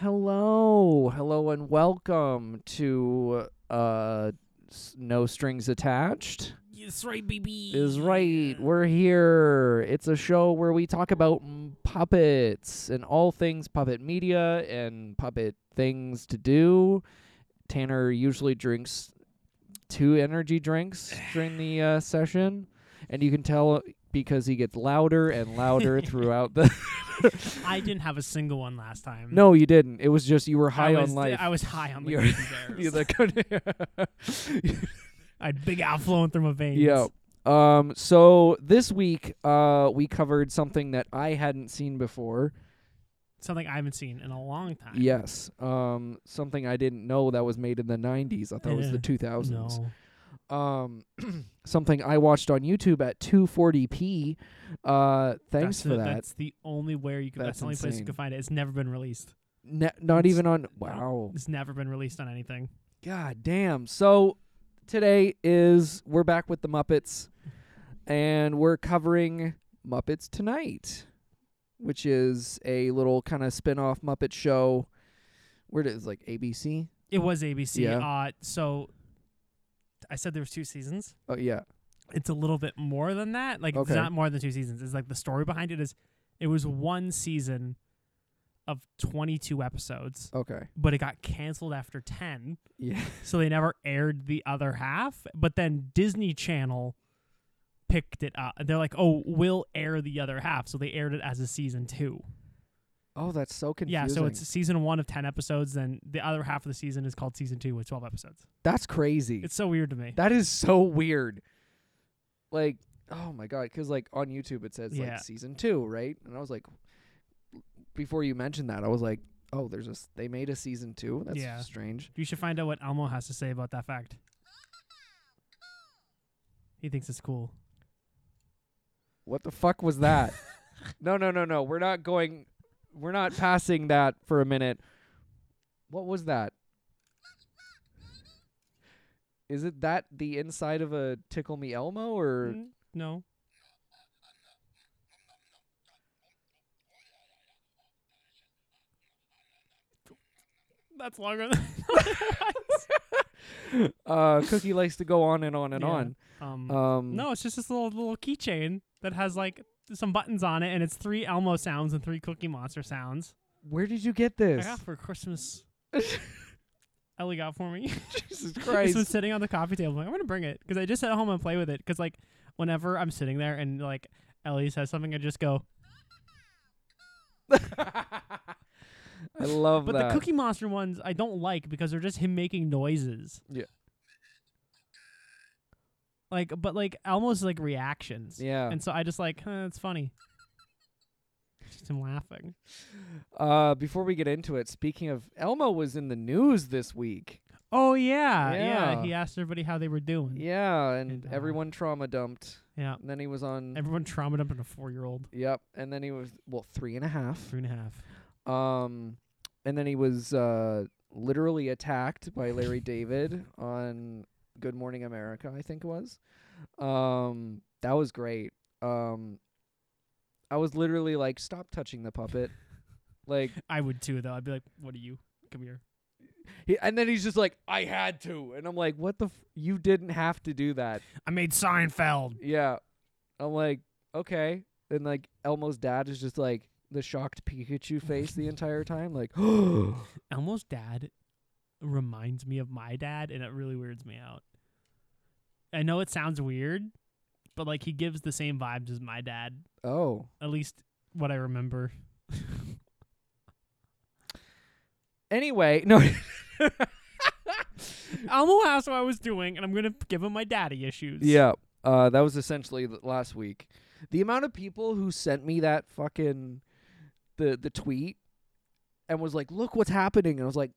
Hello, hello, and welcome to uh, S- No Strings Attached. Yes, right, baby. Is right. We're here. It's a show where we talk about mm, puppets and all things puppet media and puppet things to do. Tanner usually drinks two energy drinks during the uh, session, and you can tell because he gets louder and louder throughout the. I didn't have a single one last time. No, you didn't. It was just you were high I on was, life. I was high on You're- the bears. Yeah, that could- I had big out flowing through my veins. yeah. Um. So this week, uh, we covered something that I hadn't seen before. Something I haven't seen in a long time. Yes. Um. Something I didn't know that was made in the '90s. I thought it was the Yeah. 2000s. Eh, No. Um. something I watched on YouTube at 240p. Uh. Thanks That's for the- that. That's the only where you can. That's That's, the only place you insane. can find it. It's never been released. Ne- not it's- even on. Wow. It's never been released on anything. God damn. So today is we're back with the Muppets and we're covering Muppets Tonight, which is a little kind of spin-off Muppet show. Where it is like ABC? It was ABC. Yeah. Uh, so I said there was two seasons. Oh yeah. It's a little bit more than that. Like Okay. it's not more than two seasons. It's like the story behind it is, it was one season of 22 episodes, Okay. but it got canceled after 10. Yeah. so they never aired the other half. But then Disney Channel picked it up. They're like, "Oh, we'll air the other half," so they aired it as a season two. Oh, that's so confusing. Yeah, so it's season one of ten episodes. Then the other half of the season is called season two with twelve episodes. that's crazy. It's so weird to me. that is so weird. Like, oh my god, because like on YouTube it says Yeah. like season two, right? And I was like, before you mentioned that, I was like, oh, there's a s- they made a season two. That's Yeah. strange. you should find out what Elmo has to say about that fact. He thinks it's cool. What the fuck was that? no, no, no, no. We're not going. We're not passing that for a minute. What was that? Is it that the inside of a Tickle Me Elmo or Mm, No, that's longer. Than uh, Cookie likes to go on and on and Yeah. on? um, Um, No, it's just this little little keychain that has like some buttons on it, and it's three Elmo sounds and three Cookie Monster sounds. Where did you get I this? got for Christmas. Ellie got for me. Jesus this was Christ! sitting on the coffee table. I'm like, I'm gonna bring it because I just at home and play with it. Because like whenever I'm sitting there and like Ellie says something, I just go. I love But that. the Cookie Monster ones I don't like because they're just him making noises. Yeah. Like, but like almost like reactions. yeah. And so I just like, huh, it's funny. Just him laughing. Uh, before we get into it, speaking of Elmo, was in the news this week. Oh yeah, yeah, Yeah. He asked everybody how they were doing. Yeah, Yeah, and And, uh, everyone trauma dumped. And then he was on. everyone traumatized up in a four-year-old, yep. And then he was well three and a half. three and a half. Um, and then he was uh literally attacked by Larry David on Good Morning America, I think it was. Um, that was great. Um, I was literally like, stop touching the puppet. Like, I would too, though. I'd be like, "What are you? Come here." he, and then he's just like, I had to, and I'm like, what the? F- you didn't have to do that. I made Seinfeld. Yeah. I'm like, okay. And like Elmo's dad is just like the shocked Pikachu face the entire time, like Elmo's dad reminds me of my dad, and it really weirds me out. I know it sounds weird, but like he gives the same vibes as my dad, Oh. at least what I remember. Anyway, no Elmo asked what I was doing, and I'm gonna give him my daddy issues. Yeah. Uh that was essentially th- last week. The amount of people who sent me that fucking the the tweet and was like, Look what's happening and I was like,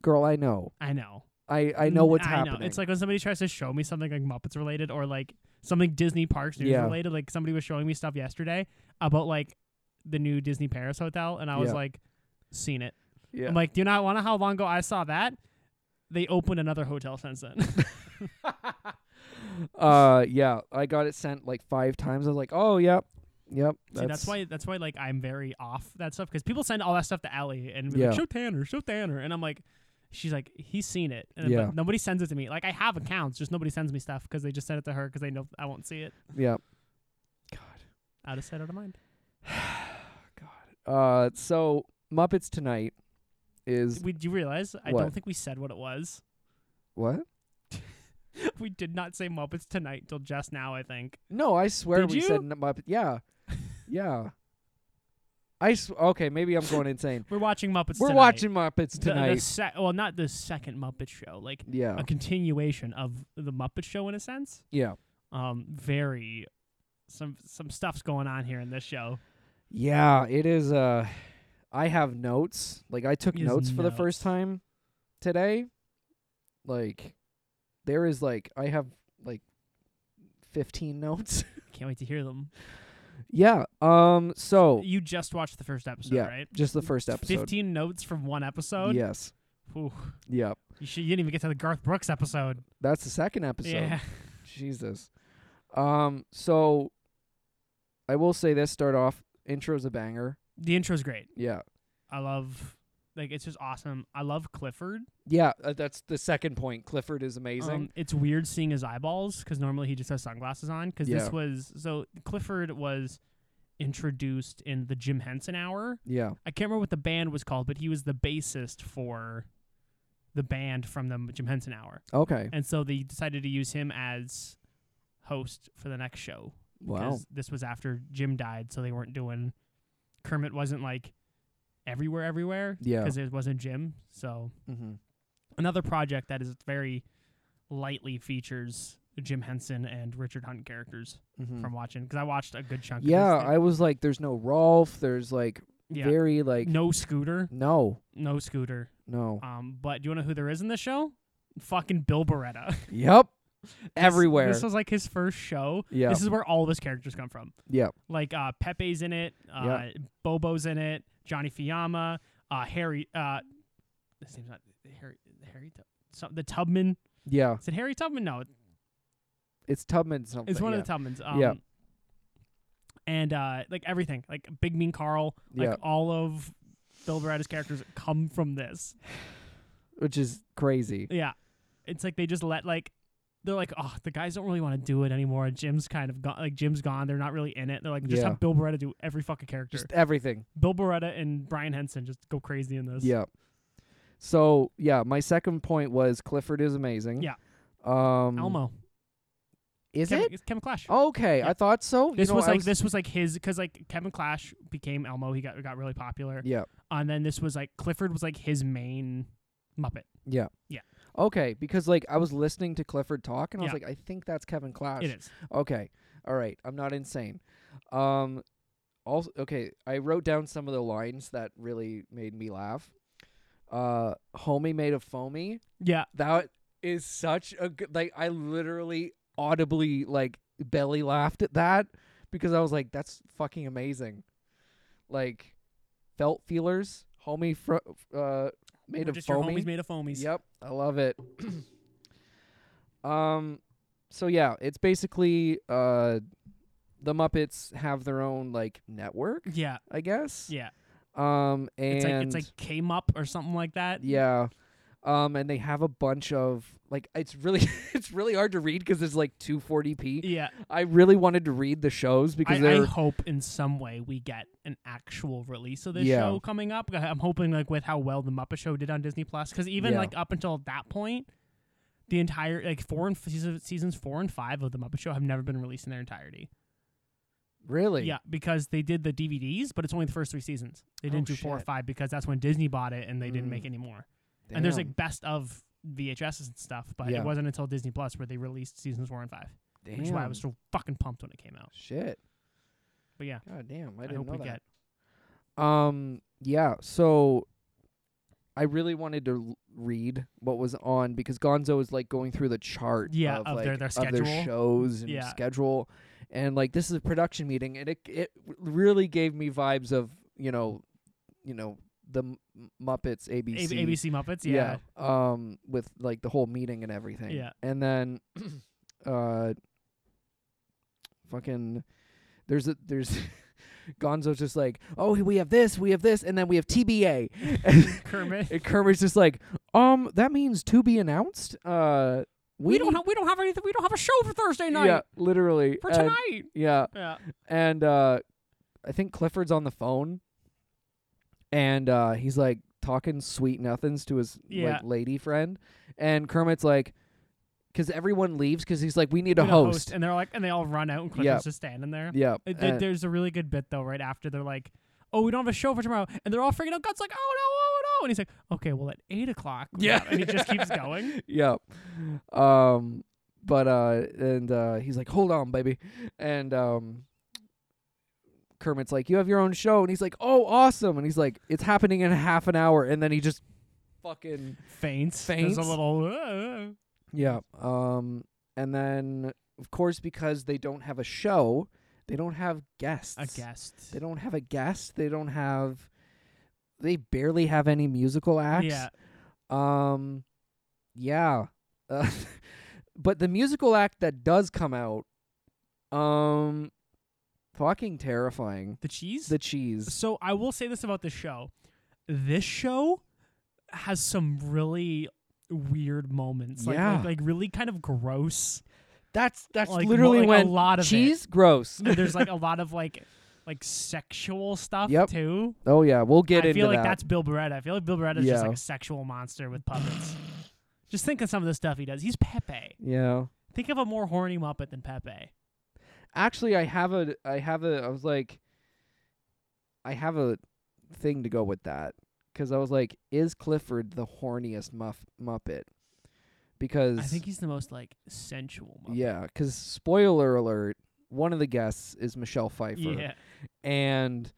Girl, I know. I know. I, I know what's I happening. Know. It's like when somebody tries to show me something like Muppets related or like something Disney Parks news Yeah. related. Like somebody was showing me stuff yesterday about like the new Disney Paris hotel, and I was Yeah. like, seen it. yeah. I'm like, do you not want to how long ago I saw that? They opened another hotel since then. uh yeah, I got it sent like five times. I was like, "Oh, yep. Yep. See, that's, why that's why like I'm very off that stuff because people send all that stuff to Allie and be Yeah. like, show Tanner, show Tanner, and I'm like, she's like, he's seen it, and Yeah. but nobody sends it to me. Like I have accounts, just nobody sends me stuff because they just send it to her because they know I won't see it. Yep. God. Out of sight, out of mind. Uh, so Muppets Tonight is We, do you realize I What? don't think we said what it was? what? We did not say Muppets tonight till just now. I think No, I swear Did we said you? n- Muppet. Yeah, yeah. I sw- okay. Maybe I'm going insane. we're watching Muppets. We're tonight. watching Muppets The- The, tonight. sec- well, not the second Muppet Show, like yeah, a continuation of the Muppet Show in a sense. yeah, um very some some stuff's going on here in this show. yeah. It is. Uh, I have notes. Like I took He has notes for the first notes. time today. Like there is like I have like fifteen notes. Can't wait to hear them. yeah. Um. So You just watched the first episode, yeah, right? just the first episode. Fifteen notes from one episode. Yes. Whew. Yep. you, should, you didn't even get to the Garth Brooks episode. That's the second episode. Yeah, Jesus. Um, so I will say this start off intro's a banger. the intro's great. Yeah. I love like it's just awesome. I love Clifford. Yeah, uh, that's the second point. Clifford is amazing. Um, it's weird seeing his eyeballs because normally he just has sunglasses on. Because Yeah. this was so Clifford was introduced in the Jim Henson Hour. yeah. I can't remember what the band was called, but he was the bassist for the band from the Jim Henson Hour. Okay. And so they decided to use him as host for the next show. Wow. this was after Jim died, so they weren't doing Kermit wasn't like everywhere everywhere Yeah. because it wasn't Jim. So Mm-hmm. another project that is very lightly features Jim Henson and Richard Hunt characters Mm-hmm. from watching because I watched a good chunk Yeah, of this. I was like, there's no Rolf. There's like yeah. very like no scooter, no, no scooter. no. Um, but do you want to know who there is in this show? Fucking Bill Beretta. This- yep. Everywhere. This, was like his first show. yeah. This is where all of his characters come from. yeah. Like uh, Pepe's in it. Uh, Yeah. Bobo's in it. Johnny Fiamma. Uh, Harry. Uh, his name's not Harry. Harry. Tub- some, the Tubman. Yeah. Is it Harry Tubman? No, It's Tubman something. it's one yeah. of the Tubmans. Um, Yeah. And uh, like everything, like Big Mean Carl, like Yeah. all of Bill Beretta's characters come from this. Which is crazy. Yeah. It's like they just let like they're like, oh, the guys don't really want to do it anymore. Jim's kind of gone. Like Jim's gone. They're not really in it. They're like, just Yeah. have Bill Beretta do every fucking character. Just everything. Bill Beretta and Brian Henson just go crazy in this. Yeah. So yeah, my second point was Clifford is amazing. Yeah. Um, Elmo. is Kevin, it? It's Kevin Clash. Okay, Yeah. I thought so. You this know, was I like this was like his because like Kevin Clash became Elmo. He got got really popular. Yeah. And then this was like Clifford was like his main Muppet. Yeah. Yeah. Okay, because like I was listening to Clifford talk, and I was Yeah. like, I think that's Kevin Clash. It is. Okay. All right. I'm not insane. Um. Also, okay. I wrote down some of the lines that really made me laugh. Uh, homie made of foamy. Yeah. That is such a good. Like I literally audibly like belly laughed at that because I was like, that's fucking amazing. Like, felt feelers, homie. Fr- uh, made We're of just foamy. your homies made of foamies. Yep, I love it. um, so yeah, it's basically uh, the Muppets have their own like network, Yeah. I guess. Yeah. Um, and It's like it's like came up or something like that. yeah, um, and they have a bunch of like it's really it's really hard to read because it's like 240p. Yeah. I really wanted to read the shows because I, I they're hope in some way we get an actual release of this Yeah. show coming up. I- I'm hoping like with how well the Muppet Show did on Disney Plus, because even Yeah. like up until that point, the entire like four and f- season- seasons four and five of the Muppet Show have never been released in their entirety. really Yeah, because they did the DVDs, but it's only the first three seasons. They didn't Oh, do four or shit. five because that's when Disney bought it and they didn't Mm. make any more. And there's like best of VHSs and stuff, but Yeah. it wasn't until Disney Plus where they released seasons four and five, damn, which is why I was so fucking pumped when it came out. shit. But yeah, God damn, I I, didn't hope know we that. get Um. Yeah. So, I really wanted to l- read what was on because Gonzo is like going through the chart. Yeah, of, of like, their- their of schedule. their shows and Yeah. schedule, and like this is a production meeting, and it it really gave me vibes of you know, you know the M- Muppets A- ABC. ABC Muppets. yeah. Um. With like the whole meeting and everything. Yeah. And then, uh, fucking. There's a there's Gonzo's just like, oh, we have this, we have this, and then we have TBA. Kermit. And Kermit's just like, um, that means to be announced. Uh, we, We, don't need- have we don't have anything. We don't have a show for Thursday night yeah, uh, literally for And- tonight. yeah, Yeah. and uh, I think Clifford's on the phone, and uh, he's like talking sweet nothings to his Yeah. like lady friend, and Kermit's like, because everyone leaves because he's like, we need a We had host. and they're like, and they all run out, and Clifford's Yeah. just standing there. Yeah, Uh, th- and- there's a really good bit though, right after they're like, "Oh, we don't have a show for tomorrow," and they're all freaking out. God's like, "Oh no, oh no!" And he's like, "Okay, well at eight o'clock." we Yeah. have-" and he just keeps going. yeah. Um, but uh, and uh, he's like, "Hold on, baby," and um, Kermit's like, "You have your own show," and he's like, "Oh, awesome!" And he's like, "It's happening in half an hour," and then he just fucking Faints. There's Faints. a little. "Uh, uh." yeah. Um, and then of course because they don't have a show, they don't have guests. a guest. They don't have a guest. They don't have. They barely have any musical acts. Yeah. Um, yeah, uh, but the musical act that does come out, um, fucking terrifying. The cheese. The cheese. so I will say this about this show. This show has some really weird moments. Like, Yeah. like, like really kind of gross. That's that's like, literally like when a lot of it. cheese gross. And there's like a lot of like like sexual stuff Yep. too. Oh yeah, we'll get I into feel like that. that's Bill Beretta. I feel like Bill Beretta's Yeah. just like a sexual monster with puppets. just think of some of the stuff he does. He's Pepe. yeah. Think of a more horny Muppet than Pepe. Actually, I have a I have a I was like, I have a thing to go with that because I was like, is Clifford the horniest muff, Muppet? Because I think he's the most like sensual Muppet. Yeah, because spoiler alert, one of the guests is Michelle Pfeiffer, Yeah. and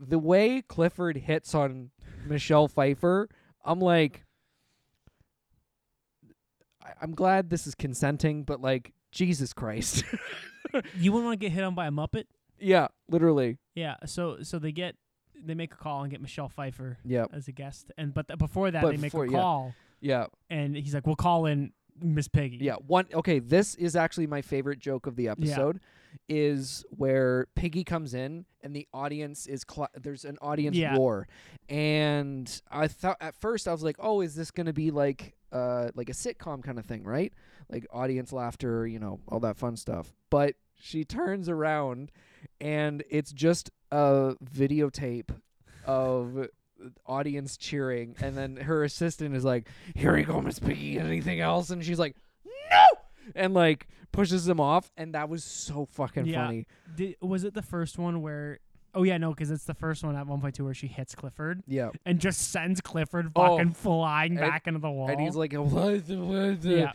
the way Clifford hits on Michelle Pfeiffer, I'm like, I- I'm glad this is consenting, but like Jesus Christ, You wouldn't want to get hit on by a Muppet? yeah, literally, Yeah. So so they get they make a call and get Michelle Pfeiffer yeah, as a guest. And but th- before that But they before- make yeah. a call yeah, and he's like, We'll call in Miss Piggy. yeah. One, okay, this is actually my favorite joke of the episode. Is where Piggy comes in and the audience is cla there's an audience Yeah. roar, and I thought at first I was like, oh, is this gonna be like uh like a sitcom kind of thing, right? Like audience laughter, you know, all that fun stuff. But she turns around, and it's just a videotape of audience cheering, and then her assistant is like, "Here you go, Miss Piggy. Anything else?" And she's like, "No!" and like pushes them off, and that was so fucking Yeah. funny. Did, was it the first one where Oh yeah, no, because it's the first one at 1.2 where she hits Clifford. Yeah, and just sends Clifford Oh. fucking flying And- back into the wall. and he's like, "What? the- what the-"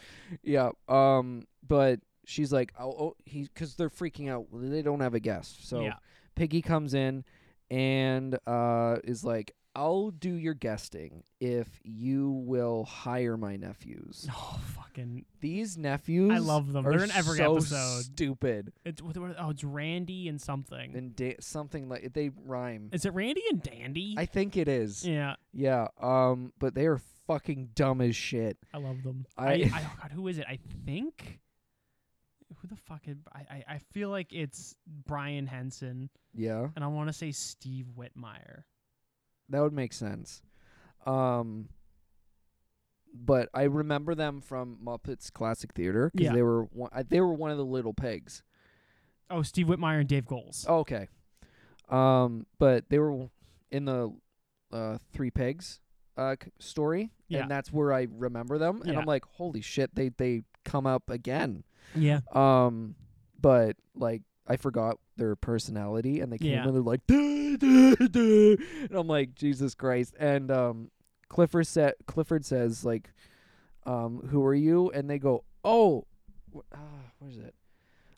yeah." yeah, Um, but she's like, "Oh, oh he," because they're freaking out. They don't have a guest, so yeah, Piggy comes in and uh, is like, "I'll do your guesting if you will hire my nephews." oh fucking, These nephews, love them. are They're in every so episode. Stupid it's what- what- oh, it's Randy and something. and da- something like they rhyme. Is it Randy and Dandy? I think it is. yeah, Yeah. Um. But they are fucking dumb as shit. I love them. I, I- I, oh God, who is it? I think who the fuck? Is, I, I I feel like it's Brian Henson, Yeah. and I want to say Steve Whitmire. That would make sense. Um. But I remember them from Muppets Classic Theater because Yeah. they were one, I- they were one of the little pigs. Oh, Steve Whitmire and Dave Goles. Oh, okay. Um, but they were in the uh, Three Pigs uh, c- story, Yeah. and that's where I remember them. And Yeah. I'm like, holy shit, they they come up again. Yeah, Um, but like I forgot their personality, and they came Yeah. and they're like, duh, duh, duh. and I'm like, Jesus Christ. And um, Clifford said, Clifford says like, um, who are you? And they go, oh, wh- uh, what is it?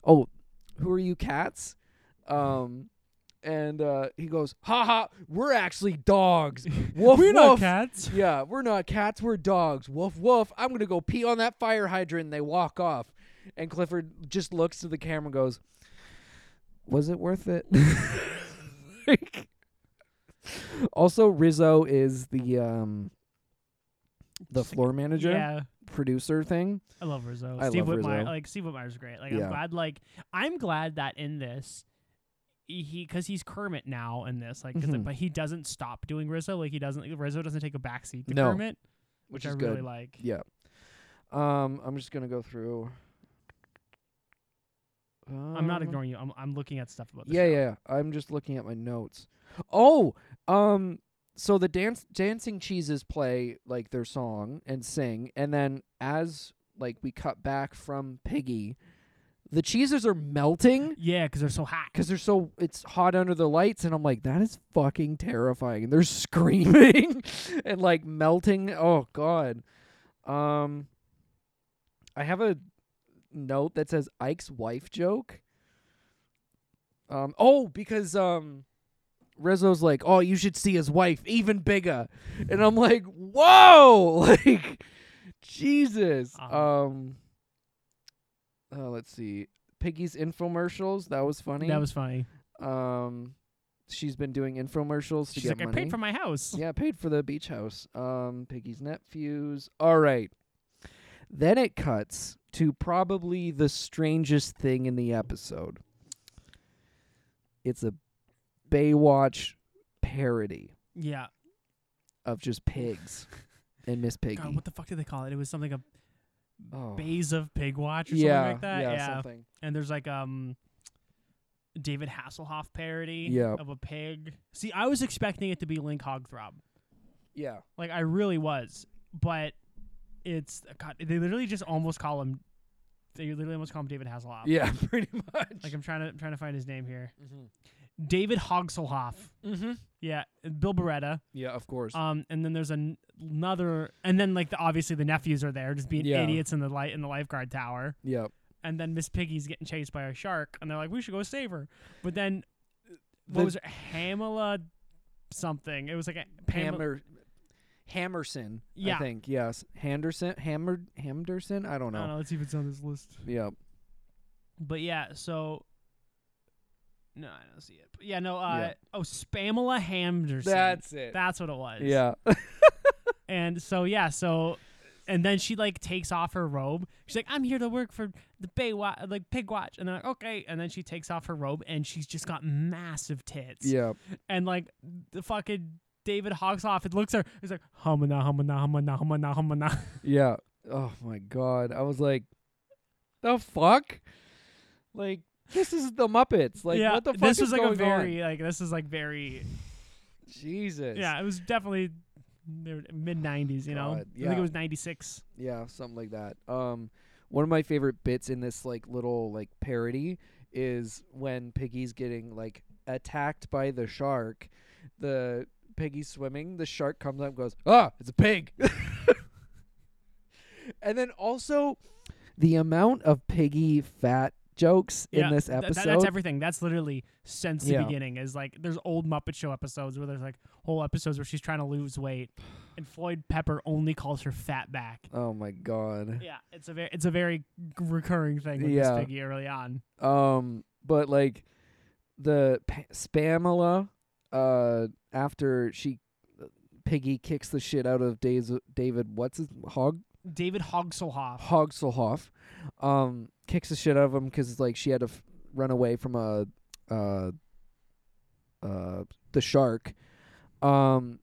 Oh, who are you, cats? Um, and uh, he goes, ha ha, we're actually dogs. Woof, we're not woof. cats. Yeah, we're not cats, we're dogs. Woof woof. I'm gonna go pee on that fire hydrant and they walk off. And Clifford just looks to the camera and goes, Was it worth it? Like- also Rizzo is the um the Just like- floor manager Yeah, producer thing. I love Rizzo. I Steve love Whitmire, Rizzo. like Steve Whitmire's great. Like Yeah. I'm glad, like I'm glad that in this, he because he's Kermit now in this, like, 'cause it- Mhm. but he doesn't stop doing Rizzo. Like he doesn't Rizzo doesn't take a backseat to No, Kermit, which which, is I good. really like. Yeah. Um, I'm just gonna go through. I'm not Um, ignoring you. I'm I'm looking at stuff about. The Yeah, show. yeah. I'm just looking at my notes. Oh, um, so the dance dancing cheeses play like their song and sing, and then as like we cut back from Piggy, the cheeses are melting Yeah, because they're so hot. because they're so it's hot under the lights and i'm like that is fucking terrifying and they're screaming and like melting oh god um i have a note that says ike's wife joke um oh because um Rezzo's like, oh, you should see his wife, even bigger, and I'm like, whoa, like, Jesus. Uh-huh. Um, uh, let's see, Piggy's infomercials. That was funny. That was funny. Um, she's been doing infomercials to She's get like, I money. paid for my house. yeah, paid for the beach house. Um, Piggy's nephews. All right. Then it cuts to probably the strangest thing in the episode. It's a Baywatch parody Yeah. of just pigs and Miss Piggy. God, what the fuck did they call it? It was something a oh. bays of pig watch or yeah, something like that. yeah, something. and there's like um David Hasselhoff parody Yeah. of a pig. See, I was expecting it to be Link Hogthrob. Yeah, Like I really was, but it's God, they literally just almost call him. They literally almost call him David Hasselhoff. yeah, pretty much. Like I'm trying to I'm trying to find his name here. mm-hmm. David Hogselhoff. mm-hmm. Yeah, Bill Beretta. Yeah, of course. Um, and then there's an, another, and then like the, obviously the nephews are there, just being Yeah. idiots in the light in the lifeguard tower. yeah, and then Miss Piggy's getting chased by a shark, and they're like, "We should go save her." But then, what The- was it, Pamela something? It was like a Pamela. Hammer, Hammerson. I Yeah. think yes. Henderson, Hammered, Henderson. I don't know. I don't know. Let's see if it's on this list. Yeah, But yeah, so no, I don't see it. But yeah, no. Uh, Yeah. Oh, Spamela Henderson. that's it. that's what it was. yeah, And so yeah, so and then she like takes off her robe. She's like, "I'm here to work for the Bay Watch, like Pig Watch," and they're like, "Okay." And then she takes off her robe, and she's just got massive tits. yeah, and like the fucking David Hogshoff, it looks at her. He's like humana humana humana humana humana. yeah. Oh my god, I was like, the fuck, like this is the Muppets. Like yeah, what the fuck this is was like going a very on? like this is like very Jesus. yeah. It was definitely mid nineties. You know, God, I think yeah. it was ninety six. Yeah, something like that. Um, one of my favorite bits in this like little like parody is when Piggy's getting like attacked by the shark. The Piggy's swimming. The shark comes up and goes, "Ah, it's a pig." and then also the amount of Piggy fat jokes Yeah, in this Th- episode. that- that's everything. That's literally since the Yeah. beginning. Is like there's old Muppet Show episodes where there's like whole episodes where she's trying to lose weight, and Floyd Pepper only calls her fat back. oh my god. Yeah, it's a very it's a very g- recurring thing with Yeah. this Piggy early on. Um, but like the pa- Spamela, uh, after she Piggy kicks the shit out of Days, David, what's his Hog David Hogselhoff. Hogselhoff, um, kicks the shit out of him because like she had to f- run away from a, uh, uh, the shark, um,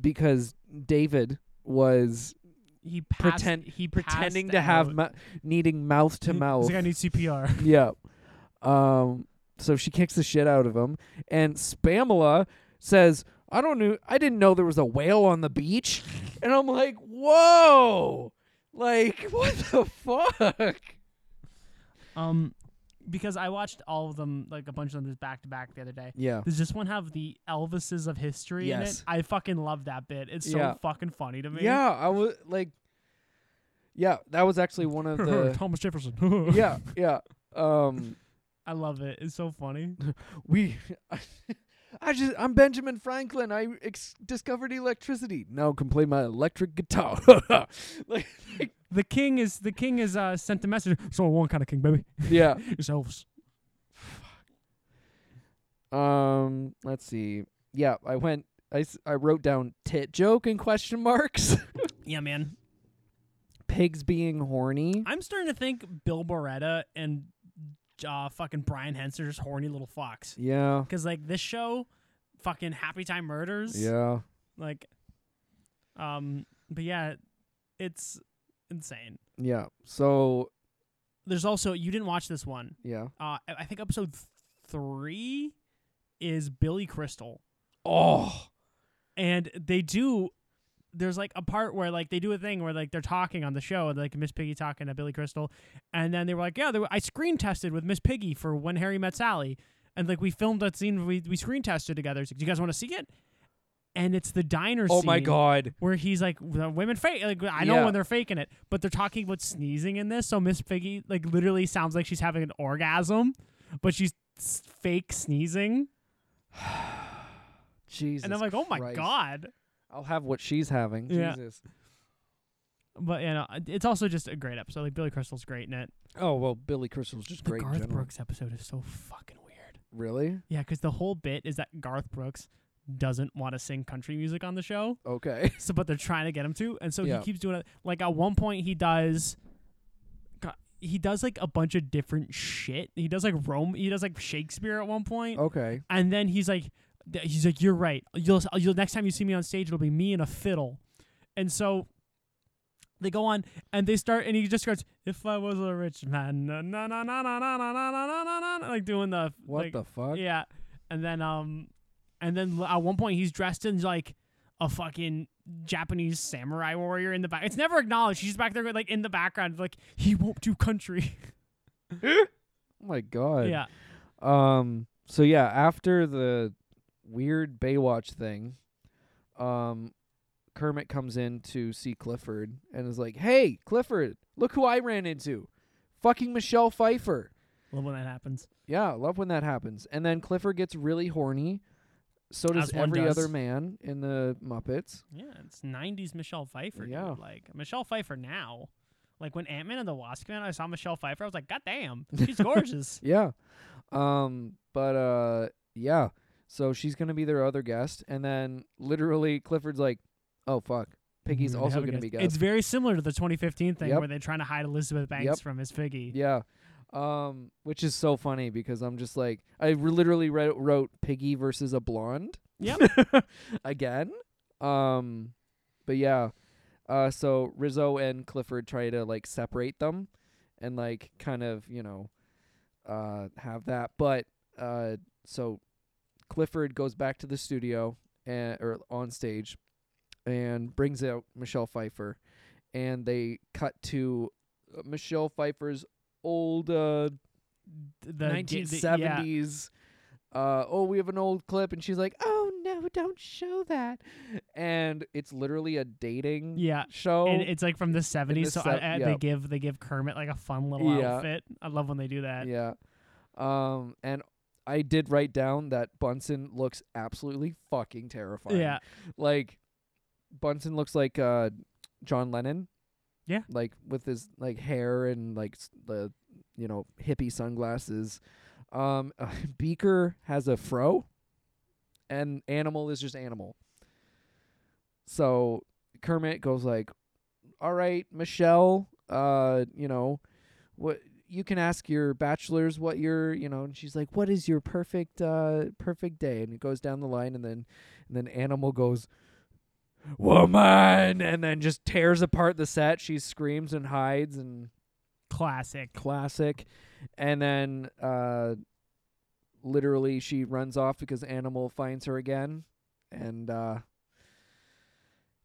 because David was he passed, Pretend- he pretending passed to have out. mou- needing mouth to mouth. He's like, I need CPR. yeah. Um. So she kicks the shit out of him, and Spamela says, "I don't know. I didn't know there was a whale on the beach." And I'm like, "Whoa! Like, what the fuck?" Um, because I watched all of them, like a bunch of them, just back to back the other day. Yeah. Does this one have the Elvises of history Yes. in it? I fucking love that bit. It's so Yeah. fucking funny to me. Yeah. I was like, yeah, that was actually one of the. Thomas Jefferson. yeah. Yeah. Um. I love it. It's so funny. We. I just I'm Benjamin Franklin. I ex- discovered electricity. Now can play my electric guitar. like, like, The king is the king is uh, sent a message. It's only one kind of king, baby. yeah. It's elves. Um, let's see. Yeah, I went. I, s- I wrote down tit joke in question marks. Yeah, man. Pigs being horny. I'm starting to think Bill Boretta and uh, fucking Brian Henson are just horny little fucks. Yeah. Because, like, this show, fucking Happy Time Murders. Yeah. Like, um, but yeah, it's insane. Yeah. So, There's also, you didn't watch this one. yeah. Uh, I I think episode th- three is Billy Crystal. Oh. and they do there's like a part where like they do a thing where like they're talking on the show like miss piggy talking to billy crystal and then they were like yeah they were, i screen tested with miss piggy for when harry met sally and like we filmed that scene we, we screen tested together It's like, do you guys want to see it and it's the diner Oh my scene god. where he's like "The women fake like i know Yeah. when they're faking it but they're talking about sneezing in this so miss piggy like literally sounds like she's having an orgasm but she's s- fake sneezing Jesus. and i'm like oh my Christ. god I'll have what she's having. Yeah. Jesus. But you know, it's also just a great episode. Like Billy Crystal's great in it. Oh well, Billy Crystal's just The great. in Garth general. Brooks episode is so fucking weird. Really? Yeah, because the whole bit is that Garth Brooks doesn't want to sing country music on the show, Okay. so but they're trying to get him to, and so Yeah. he keeps doing it. Like at one point, he does. God, He does like a bunch of different shit. He does like Rome. He does like Shakespeare at one point, Okay. and then he's like, th- he's like, you're right. You'll, you'll next time you see me on stage, it'll be me and a fiddle. And so they go on and they start, and he just starts, if I was a rich man, na na na na na na na na na na na na, like doing the What like, the fuck? yeah. And then um, and then l- at one point he's dressed in like a fucking Japanese samurai warrior in the back. It's never acknowledged. He's back there like in the background, like he won't do country. Oh my god. yeah. Um. So yeah, after the weird Baywatch thing, um, Kermit comes in to see Clifford and is like, "Hey, Clifford, look who I ran into, fucking Michelle Pfeiffer." Love when that happens. Yeah, love when that happens. And then Clifford gets really horny. So does As one every does. other man in the Muppets. Yeah, it's '90s Michelle Pfeiffer. Yeah. dude. like Michelle Pfeiffer now. Like when Ant Man and the Wasp came out, I saw Michelle Pfeiffer. I was like, God damn, she's gorgeous. Yeah. Um but uh yeah. So she's going to be their other guest and then literally Clifford's like, "Oh fuck. Piggy's Mm-hmm. They also have a going to be guest." It's very similar to the 2015 thing Yep. where they're trying to hide Elizabeth Banks Yep. from his figgy. yeah. Um which is so funny because I'm just like I re- literally re- wrote Piggy versus a blonde. Again. Um but yeah. Uh so Rizzo and Clifford try to like separate them and like kind of, you know, uh have that. But uh so Clifford goes back to the studio and or on stage and brings out Michelle Pfeiffer and they cut to uh, Michelle Pfeiffer's old uh The- the- nineteen yeah. seventies. Uh, oh, we have an old clip, and she's like, "Oh no, don't show that." And it's literally a dating Yeah. show. And it's like from the 70s, so I, Oh, sev- I- yeah. they give they give Kermit like a fun little Yeah. outfit. I love when they do that. yeah. Um, and I did write down that Bunsen looks absolutely fucking terrifying. Yeah. like Bunsen looks like uh John Lennon. Yeah. Like with his like hair and like s- the you know hippie sunglasses. Um Beaker has a fro and animal is just animal. So Kermit goes like, "All right, Michelle, uh, you know, what you can ask your bachelors what your, you know." And she's like, "What is your perfect uh perfect day?" And it goes down the line and then and then Animal goes, Woman! And then just tears apart the set. She screams and hides and Classic. classic. And then uh, literally she runs off because Animal finds her again. And uh,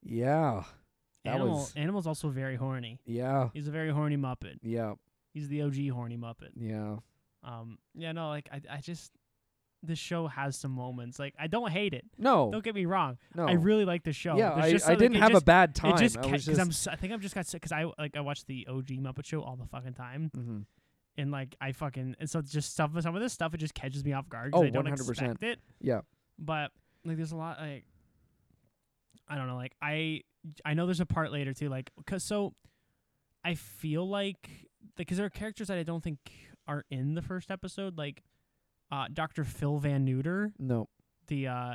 yeah. That Animal was- Animal's also very horny. Yeah. He's a very horny Muppet. Yeah. He's the OG horny Muppet. Yeah. Um, yeah, no, like I, I just this show has some moments. Like I don't hate it. No. Don't get me wrong. Oh. No. I really like the show. yeah, There's I, just I something- didn't it have just, a bad time. It just I was because I'm. s- I think I'm just got sick because I like I watched the OG Muppet Show all the fucking time, Mhm. and like I fucking and so it's just stuff. Some of this stuff it just catches me off guard. Oh, because I don't 100%. expect it. Yeah. But like, there's a lot like. I don't know. Like I, I know there's a part later too. Like, cause so, I feel like because there are characters that I don't think are in the first episode. Like, uh, Doctor Phil Van Neuter, No. the uh,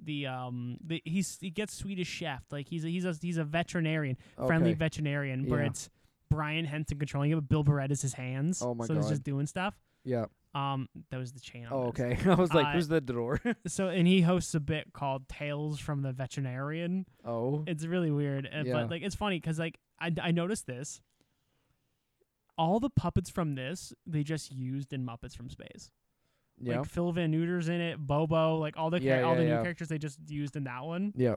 the um the, he's he gets Swedish Chef. Like he's a, he's a, he's a veterinarian, friendly Okay. veterinarian. Where Yeah. it's Brian Henson controlling it, but Bill Barretta's his hands. Oh my so he's God. just doing stuff. yeah. Um, that was the chain. on Oh, this. okay. I was like, Uh, who's the drawer? So and he hosts a bit called Tales from the Veterinarian. oh. It's really weird, and, Yeah. but like it's funny because like I I noticed this. All the puppets from this they just used in Muppets from Space. Yeah. Like Phil Van Neuter's in it, Bobo, like all the char- Yeah, all the yeah, new yeah. characters they just used in that one. yeah.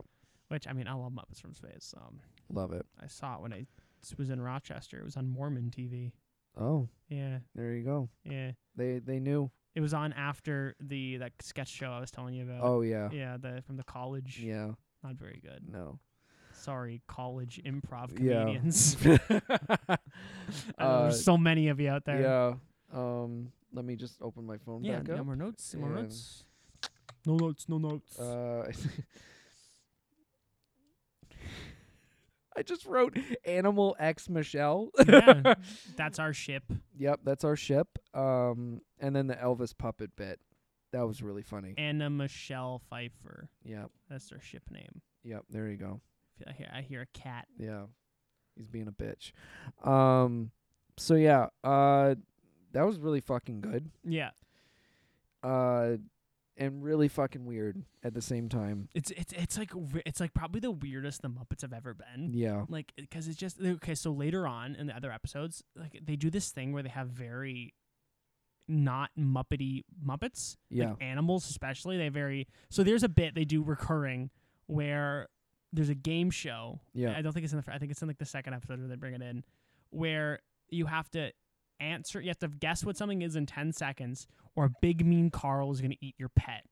Which I mean, I love Muppets from Space. Um, Love it. I saw it when I s- was in Rochester. It was on Mormon TV. Oh, Yeah, there you go. yeah. They they knew. It was on after the that sketch show I was telling you about. Oh yeah. yeah, the from the college. Yeah. Not very good. No. Sorry, college improv Yeah. comedians. I know Uh, there's so many of you out there. yeah. Um. Let me just open my phone yeah back no up. more notes. No more and- notes. No notes. No notes. Uh, I just wrote Animal X Michelle. yeah, that's our ship. yep, that's our ship. Um, and then the Elvis puppet bit. That was really funny. Anna Michelle Pfeiffer. Yep, That's their ship name. yep. There you go. I hear, I hear a cat. Yeah, he's being a bitch. Um, so yeah, uh, that was really fucking good. Yeah, Uh, and really fucking weird at the same time. it's it's it's like we- it's like probably the weirdest the Muppets have ever been. Yeah. Mm-hmm. Like, because it's just okay. So later on in the other episodes, like they do this thing where they have very not Muppety Muppets, Yeah. like animals especially. They very so there's a bit they do recurring where there's a game show. Yeah. I don't think it's in the. fir- I think it's in like the second episode where they bring it in, where you have to answer. You have to guess what something is in ten seconds, or Big Mean Carl is gonna eat your pet.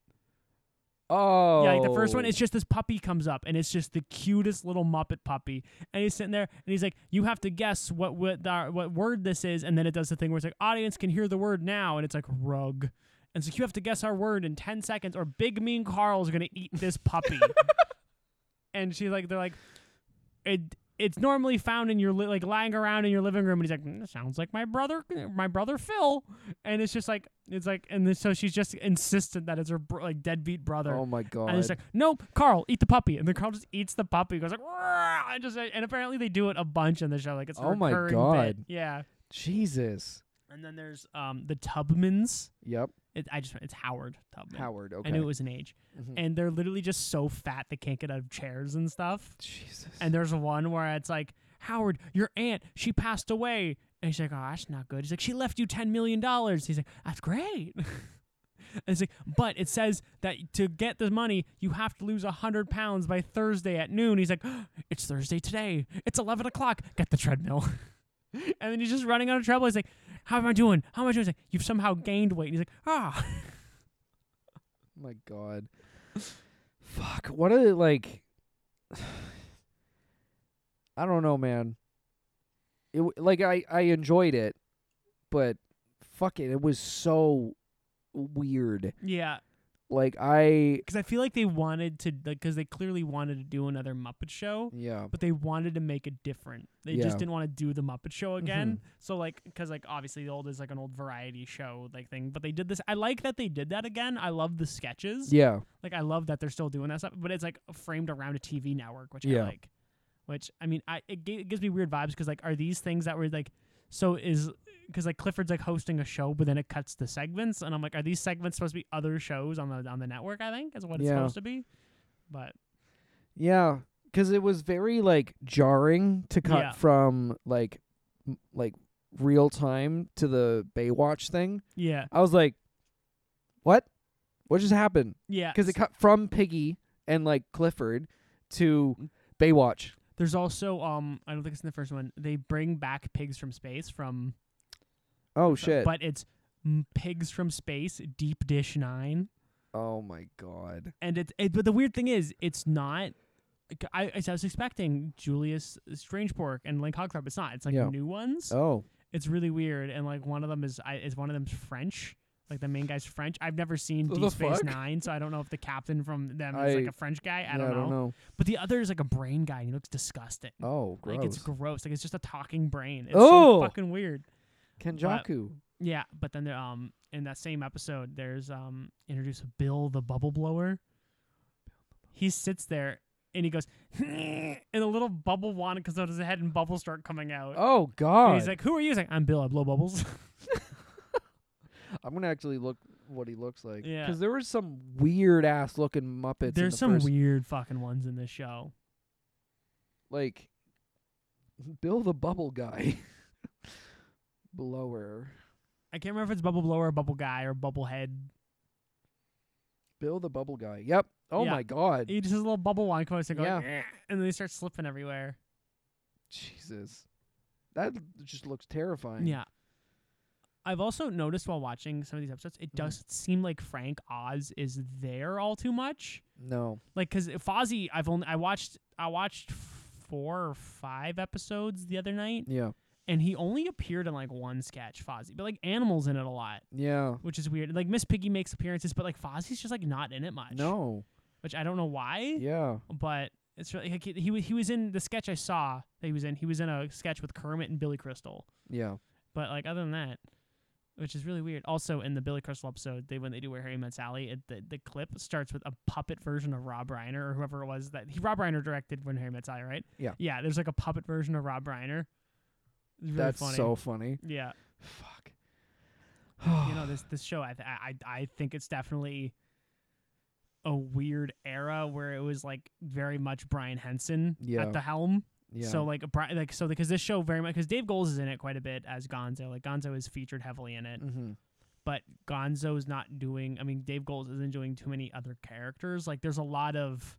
Oh. Yeah, like the first one, it's just this puppy comes up and it's just the cutest little Muppet puppy. And he's sitting there and he's like, You have to guess what what, the, what word this is. And then it does the thing where it's like, Audience can hear the word now. And it's like, Rug. And so you have to guess our word in 10 seconds or Big Mean Carl's going to eat this puppy. and she's like, They're like, It. It's normally found in your li- like lying around in your living room, and he's like, mm, "Sounds like my brother, my brother Phil," and it's just like it's like, and then, so she's just insistent that it's her br- like deadbeat brother. Oh my god. And he's like, "No, Carl, eat the puppy." And then Carl just eats the puppy. He goes like, "Rah!" and just and apparently they do it a bunch in the show. Like it's a Oh my recurring God. bit. yeah. Jesus. And then there's um the Tubmans. Yep. It, I just it's Howard Tubman. Howard. Okay. I knew it was an age. Mhm. And they're literally just so fat they can't get out of chairs and stuff. Jesus. And there's one where it's like, Howard, your aunt, she passed away. And he's like, oh, that's not good. He's like, she left you $10 million. He's like, that's great. and he's like, but it says that to get the money, you have to lose 100 pounds by Thursday at noon. He's like, it's Thursday today. It's 11 o'clock. Get the treadmill. and then he's just running on a treadmill. He's like, how am I doing? How am I doing? He's like, you've somehow gained weight. And he's like, ah. Oh my god. Fuck. What a like. I don't know, man. It w- like I I enjoyed it, but fuck it, it was so weird. Yeah. Like I Because I feel like they wanted to, because they clearly wanted to do another Muppet show. yeah but they wanted to make it different. They just Yeah. Mm-hmm. didn't want to do the Muppet Show again. So like, because like obviously the old is like an old variety show like thing, but they did this. I like that they did that again. I love the sketches. yeah Like I love that they're still doing that stuff, but it's like framed around a TV network, which Yeah. I like. Which I mean, I it, g- it gives me weird vibes because like, are these things that were like, so is because like Clifford's like hosting a show, but then it cuts to segments, and I'm like, are these segments supposed to be other shows on the on the network? I think is what it's Yeah. supposed to be. But yeah because it was very like jarring to cut Yeah. from like m- like real time to the Baywatch thing. yeah, I was like, what? What just happened? yeah, because it cut from Piggy and like Clifford to Mm. Baywatch. There's also um I don't think it's in the first one. They bring back pigs from space from Oh shit! but it's mm, pigs from space deep dish 9 oh my god! and it's it, but the weird thing is it's not I, I was expecting Julius Strange Pork and Link Hog Club. It's not. It's like Yeah. new ones. Oh, It's really weird. And like one of them is I, is one of them's French. Like the main guy's French. I've never seen The Deep Space fuck? Nine, so I don't know if the captain from them is like I- a French guy. I yeah, don't, I don't know. know. But the other is like a brain guy, and he looks disgusting. Oh, gross! Like it's gross. Like it's just a talking brain. It's Oh! so fucking weird. Kenjaku. Yeah, but then there, um in that same episode, there's um introduced Bill the bubble blower, he sits there and he goes, and a little bubble wand comes out of his head and bubbles start coming out. Oh And God! he's like, "Who are you?" He's like, "I'm Bill. I blow bubbles." I'm gonna actually look what he looks like. Yeah. Because there was some weird ass looking Muppets. in There's the some first- weird fucking ones in this show. like Bill the Bubble Guy, blower. I can't remember if it's Bubble Blower, or Bubble Guy, or Bubble Head. Bill the Bubble Guy. Yep. Oh Yeah. E my God. He just has a little bubble wand comes and goes, "Oh, and then he starts slipping everywhere. Jesus. That just looks terrifying. Yeah. I've also noticed while watching some of these episodes, it Mhm. does seem like Frank Oz is there all too much. No. Like, cause Fozzie, I've only I watched I watched four or five episodes the other night, Yeah. and he only appeared in like one sketch, Fozzie, but like animals in it a lot, Yeah. which is weird. Like Miss Piggy makes appearances, but like Fozzie's just like not in it much. No. which I don't know why. Yeah. but it's really like, he he wa- he was in the sketch I saw that he was in. He was in a sketch with Kermit and Billy Crystal. Yeah. But like other than that, which is really weird. Also in the Billy Crystal episode, they when they do where Harry Met Sally, it, the the clip starts with a puppet version of Rob Reiner or whoever it was that he Rob Reiner directed when Harry Met Sally, right? Yeah. Yeah. There's like a puppet version of Rob Reiner. It's really That's funny. so funny. yeah. Fuck. You know this this show. I th- I I I think it's definitely a weird era where it was like very much Brian Henson Yeah. at the helm. yeah. So like a bri- like so because this show very much because Dave Goles is in it quite a bit as Gonzo. Like Gonzo is featured heavily in it, mm-hmm. but Gonzo is not doing. I mean, Dave Goles isn't doing too many other characters. Like there's a lot of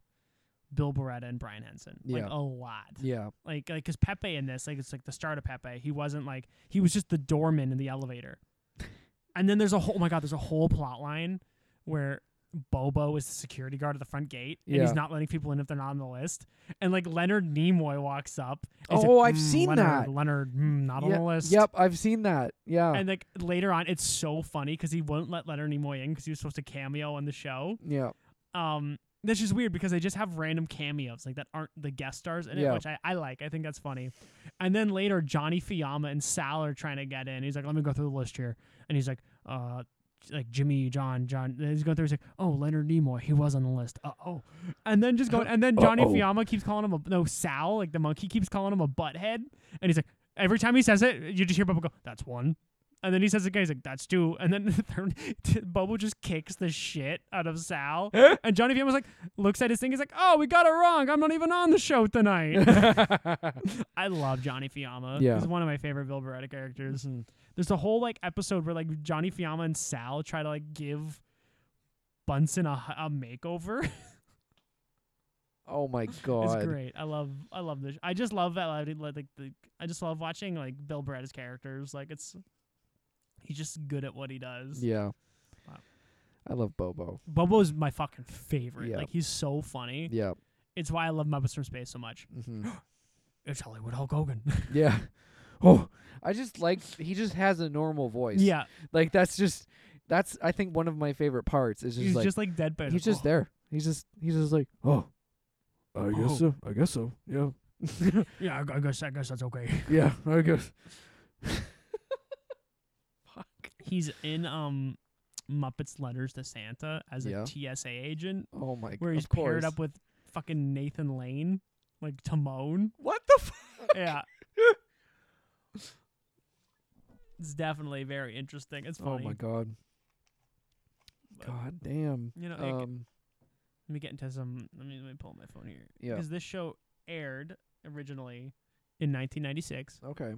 Bill Beretta and Brian Henson. Yeah. Like a lot. Yeah. Like like because Pepe in this like it's like the start of Pepe. He wasn't like he was just the doorman in the elevator. and then there's a whole oh my god there's a whole plot line where Bobo is the security guard at the front gate and Yeah. he's not letting people in if they're not on the list. And like Leonard Nimoy walks up. and he's Oh, like, I've "Mm, seen Leonard, that." Leonard mm, not on yeah. the list. Yep. I've seen that. Yeah. And like later on, it's so funny because he won't let Leonard Nimoy in because he was supposed to cameo on the show. yeah. Um, that's just weird because they just have random cameos like that aren't the guest stars in it, Yeah. which I, I like. I think that's funny. And then later, Johnny Fiamma and Sal are trying to get in. He's like, "Let me go through the list here," and he's like, "Uh." Like Jimmy, John, John. He's going through. He's like, "Oh, Leonard Nimoy. He was on the list. Uh oh." And then just going. And then Johnny Uh-oh. Fiamma keeps calling him a no Sal. Like the monkey keeps calling him a butthead. And he's like, every time he says it, you just hear Bubba go, "That's one." And then he says it again. He's like, "That's two. And then the third, Bubba just kicks the shit out of Sal. And Johnny Fiamma's like, looks at his thing. He's like, "Oh, we got it wrong. I'm not even on the show tonight." I love Johnny Fiamma. Yeah. He's one of my favorite Bill Beretta characters. Mhm. There's a whole like episode where like Johnny Fiamma and Sal try to like give Bunsen a, a makeover. oh my it's God. great. I love I love this. I just love that like, like like, the I just love watching like Bill Beretta's characters. Like it's he's just good at what he does. Yeah. Wow. I love Bobo. Bobo's my fucking favorite. Yeah. Like he's so funny. Yeah. It's why I love Muppets from Space so much. hmm It's Hollywood Hulk Hogan. yeah. Oh, I just like he just has a normal voice. yeah. Like that's just that's I think one of my favorite parts is just He's like just like deadpan. he's just Oh. there. He's just he's just like oh, I guess so. I guess so. Yeah. Yeah, I gu- I guess I guess that's okay. Yeah. I guess. He's in um Muppets Letters to Santa as a Yeah. TSA agent, Oh my. where of he's course. paired up with fucking Nathan Lane, like Timon. What the? Fuck? Yeah. it's definitely very interesting. It's Oh funny. my god. But- God damn. You know, like, Um. let me get into some. Let me let me pull up my phone here Yeah. because this show aired originally in 1996, Okay.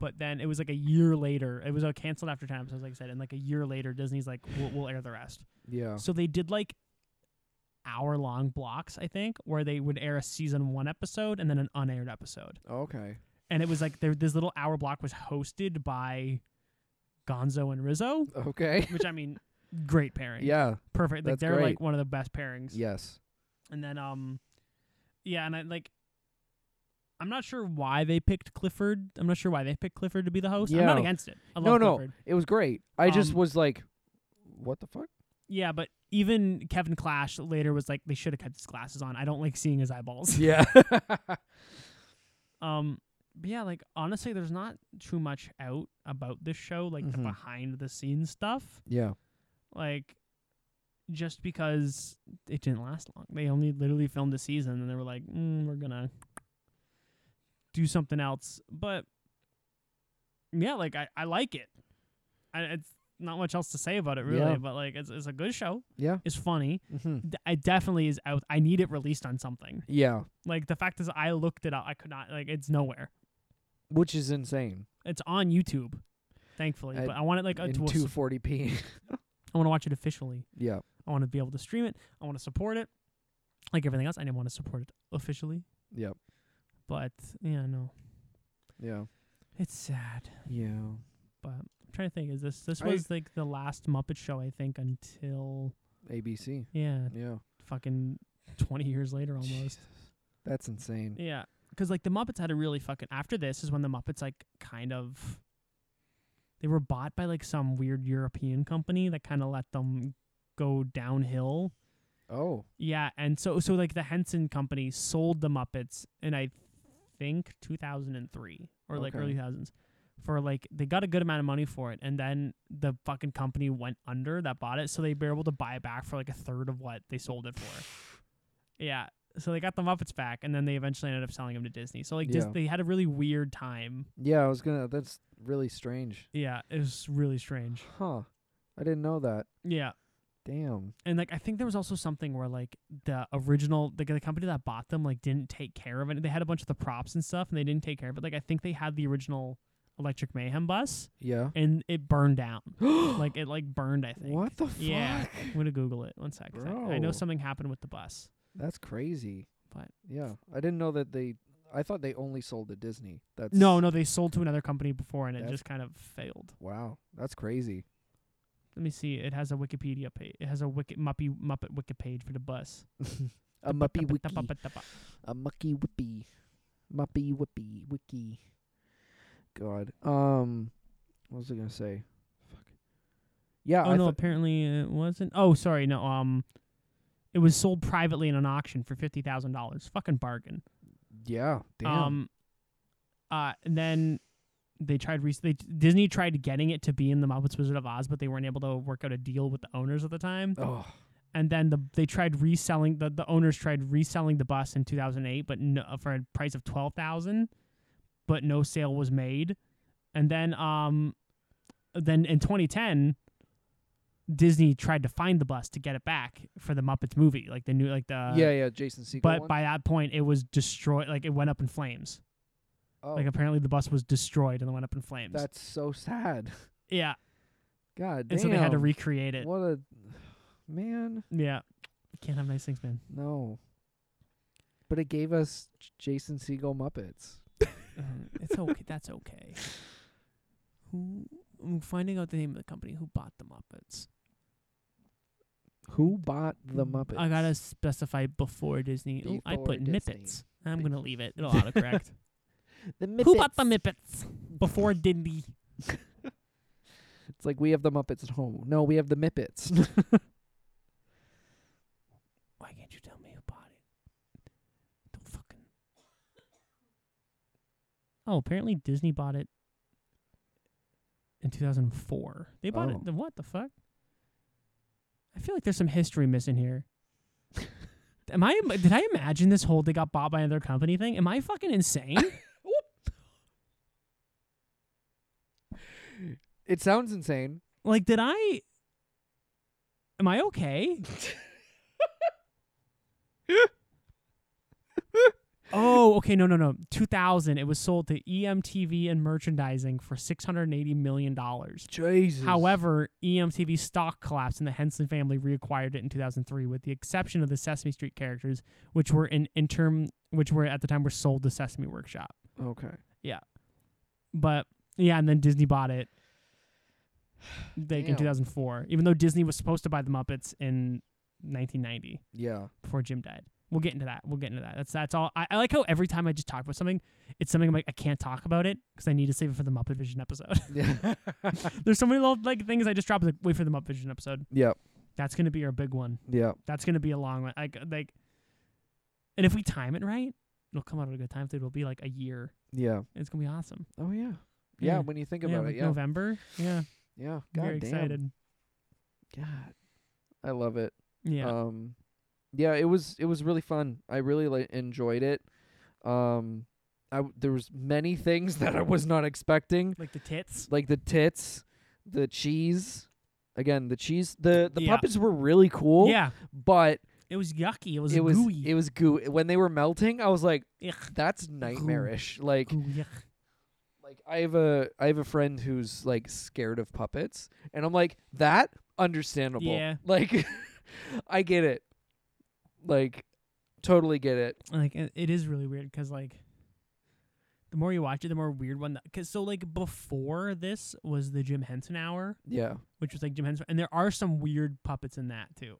but then it was like a year later. It was uh, canceled after 10 episodes, like I said, and like a year later, Disney's like, we'll, we'll air the rest. Yeah. So they did like hour long blocks, I think, where they would air a season one episode and then an unaired episode. Okay. And it was like there, this little hour block was hosted by Gonzo and Rizzo, Okay. which I mean, great pairing. yeah. Perfect. Like that's they're great. like one of the best pairings. Yes. And then um yeah, and I like I'm not sure why they picked Clifford. I'm not sure why they picked Clifford to be the host. I'm not Yeah. against it. I No, love no. Clifford. It was great. I just Um, was like, what the fuck? Yeah, but even Kevin Clash later was like they should have kept his glasses on. I don't like seeing his eyeballs. Yeah. Um, but yeah, like honestly, there's not too much out about this show, like the Mhm. behind the scenes stuff. yeah. Like, just because it didn't last long. They only literally filmed a season, and they were like, mm, "We're gonna do something else." But yeah, like I, I like it. I, it's not much else to say about it, really. Yeah. But like, it's it's a good show. Yeah. It's funny. hmm D- I definitely is out. I need it released on something. Yeah. Like the fact is, I looked it up. I could not. Like it's nowhere. Which is insane. It's on YouTube, thankfully. I- but I want it like a, In to a, 240p. I want to watch it officially. yeah. I want to be able to stream it. I want to support it. Like everything else, I didn't want to support it officially. Yeah. But yeah, no, Yeah. it's sad. Yeah. But I'm trying to think. Is this this I- was like the last Muppet Show I think until ABC. yeah, Yeah. fucking 20 years later almost. That's insane. Yeah. 'Cause like the Muppets had a really fucking after this is when the Muppets like kind of they were bought by like some weird European company that kind of let them go downhill. Oh. Yeah, and so so like the Henson company sold the Muppets in I think 2003 or like Okay. early 2000s for like they got a good amount of money for it and then the fucking company went under that bought it so they were able to buy it back for like a third of what they sold it for. Yeah. So they got the Muppets back and then they eventually ended up selling them to Disney. So like Dis- Yeah. they had a really weird time. Yeah, I was gonna that's really strange. Yeah, it was really strange. Huh. I didn't know that. Yeah. Damn. and like I think there was also something where like the original the, the company that bought them like didn't take care of it. They had a bunch of the props and stuff, and they didn't take care of it. Like I think they had the original Electric Mayhem bus, Yeah. and it burned down. like like it like burned. I think. what the fuck? Yeah. I'm gonna Google it. One sec. 'cause I- I know Bro. something happened with the bus. That's crazy. But- yeah, I didn't know that they. I thought they only sold to Disney. That's No, no, they sold to another company before, and it That's- just kind of failed. Wow, that's crazy. Let me see. It has a Wikipedia page. It has a Wiki Muppet Muppet Wiki page for the bus. A muppy wiki, a mucky whippy, muppy whippy wiki. God, um, what was I gonna say? Fuck. Yeah, Oh I no, thought- apparently it wasn't. Oh, sorry, no. Um, it was sold privately in an auction for fifty thousand dollars. Fucking bargain. yeah, damn. Um, uh, and then they tried. Re- they Disney tried getting it to be in the Muppets Wizard of Oz, but they weren't able to work out a deal with the owners at the time. oh, And then the they tried reselling the the owners tried reselling the bus in two thousand eight, but no, for a price of twelve thousand, but no sale was made. And then um, then in twenty ten. Disney tried to find the bus to get it back for the Muppets movie, like the new, like the yeah, yeah. Jason Segel. uh, But one? by that point, it was destroyed. Like it went up in flames. oh, Like apparently, the bus was destroyed and it went up in flames. that's so sad. yeah, God damn. and so they had to recreate it. What a man. Yeah, can't have nice things, man. No. But it gave us J- Jason Segel Muppets. Mm, it's okay. That's okay. Who? I'm finding out the name of the company who bought the Muppets. Who bought the Muppets? Mm, I gotta specify before Disney. Oh, I Before put Disney. Muppets. I'm gonna leave it. It'll autocorrect. the Muppets. who bought the Muppets before Disney? It's like we have the Muppets at home. No, we have the Muppets. Why can't you tell me who bought it? Don't fucking. Oh, apparently Disney bought it in 2004. They bought Oh. it. The, what the fuck? I feel like there's some history missing here. Am I? Did I imagine this whole they got bought by another company thing? Am I fucking insane? it sounds insane. like, did I? Am I okay? Oh, okay. No, no, no. 2000, it was sold to E EMTV and merchandising for $680 million. Jesus. However, E EMTV stock collapsed and the Henson family reacquired it in 2003 with the exception of the Sesame Street characters which were in interim which were at the time were sold to Sesame Workshop. Okay. But yeah, and then Disney bought it like Damn. in 2004, even though Disney was supposed to buy the Muppets in 1990 Yeah. before Jim died. We'll get into that. We'll get into that. That's that's all. I, I like how every time I just talk about something, it's something I'm like I can't talk about it because I need to save it for the Muppet Vision episode. Yeah. There's so many little like things I just drop. Like wait for the Muppet Vision episode. yep. That's gonna be our big one. Yep. That's gonna be a long one. Like like, and if we time it right, it'll come out at a good time. so It'll be like a year. Yeah. It's gonna be awesome. Oh yeah. Yeah. Yeah. When you think yeah, about like it, yeah. November. Yeah, Yeah. I'm God very damn. excited. God. I love it. Yeah. Um, yeah, it was it was really fun. I really like, enjoyed it. Um, I w- there was many things that I was not expecting, like the tits. like the tits, the cheese. Again, the cheese. The the Yeah. puppets were really cool. Yeah. but It was yucky. It was it was gooey. it was goo. When they were melting, I was like, Yuck. that's nightmarish. Like Goo, yuck. like I have a I have a friend who's like scared of puppets, and I'm like that understandable. Yeah. Like I get it. Like totally get it. like it, it is really weird because like the more you watch it the more weird one because so like before this was the jim henson hour Yeah. which was like jim henson and there are some weird puppets in that too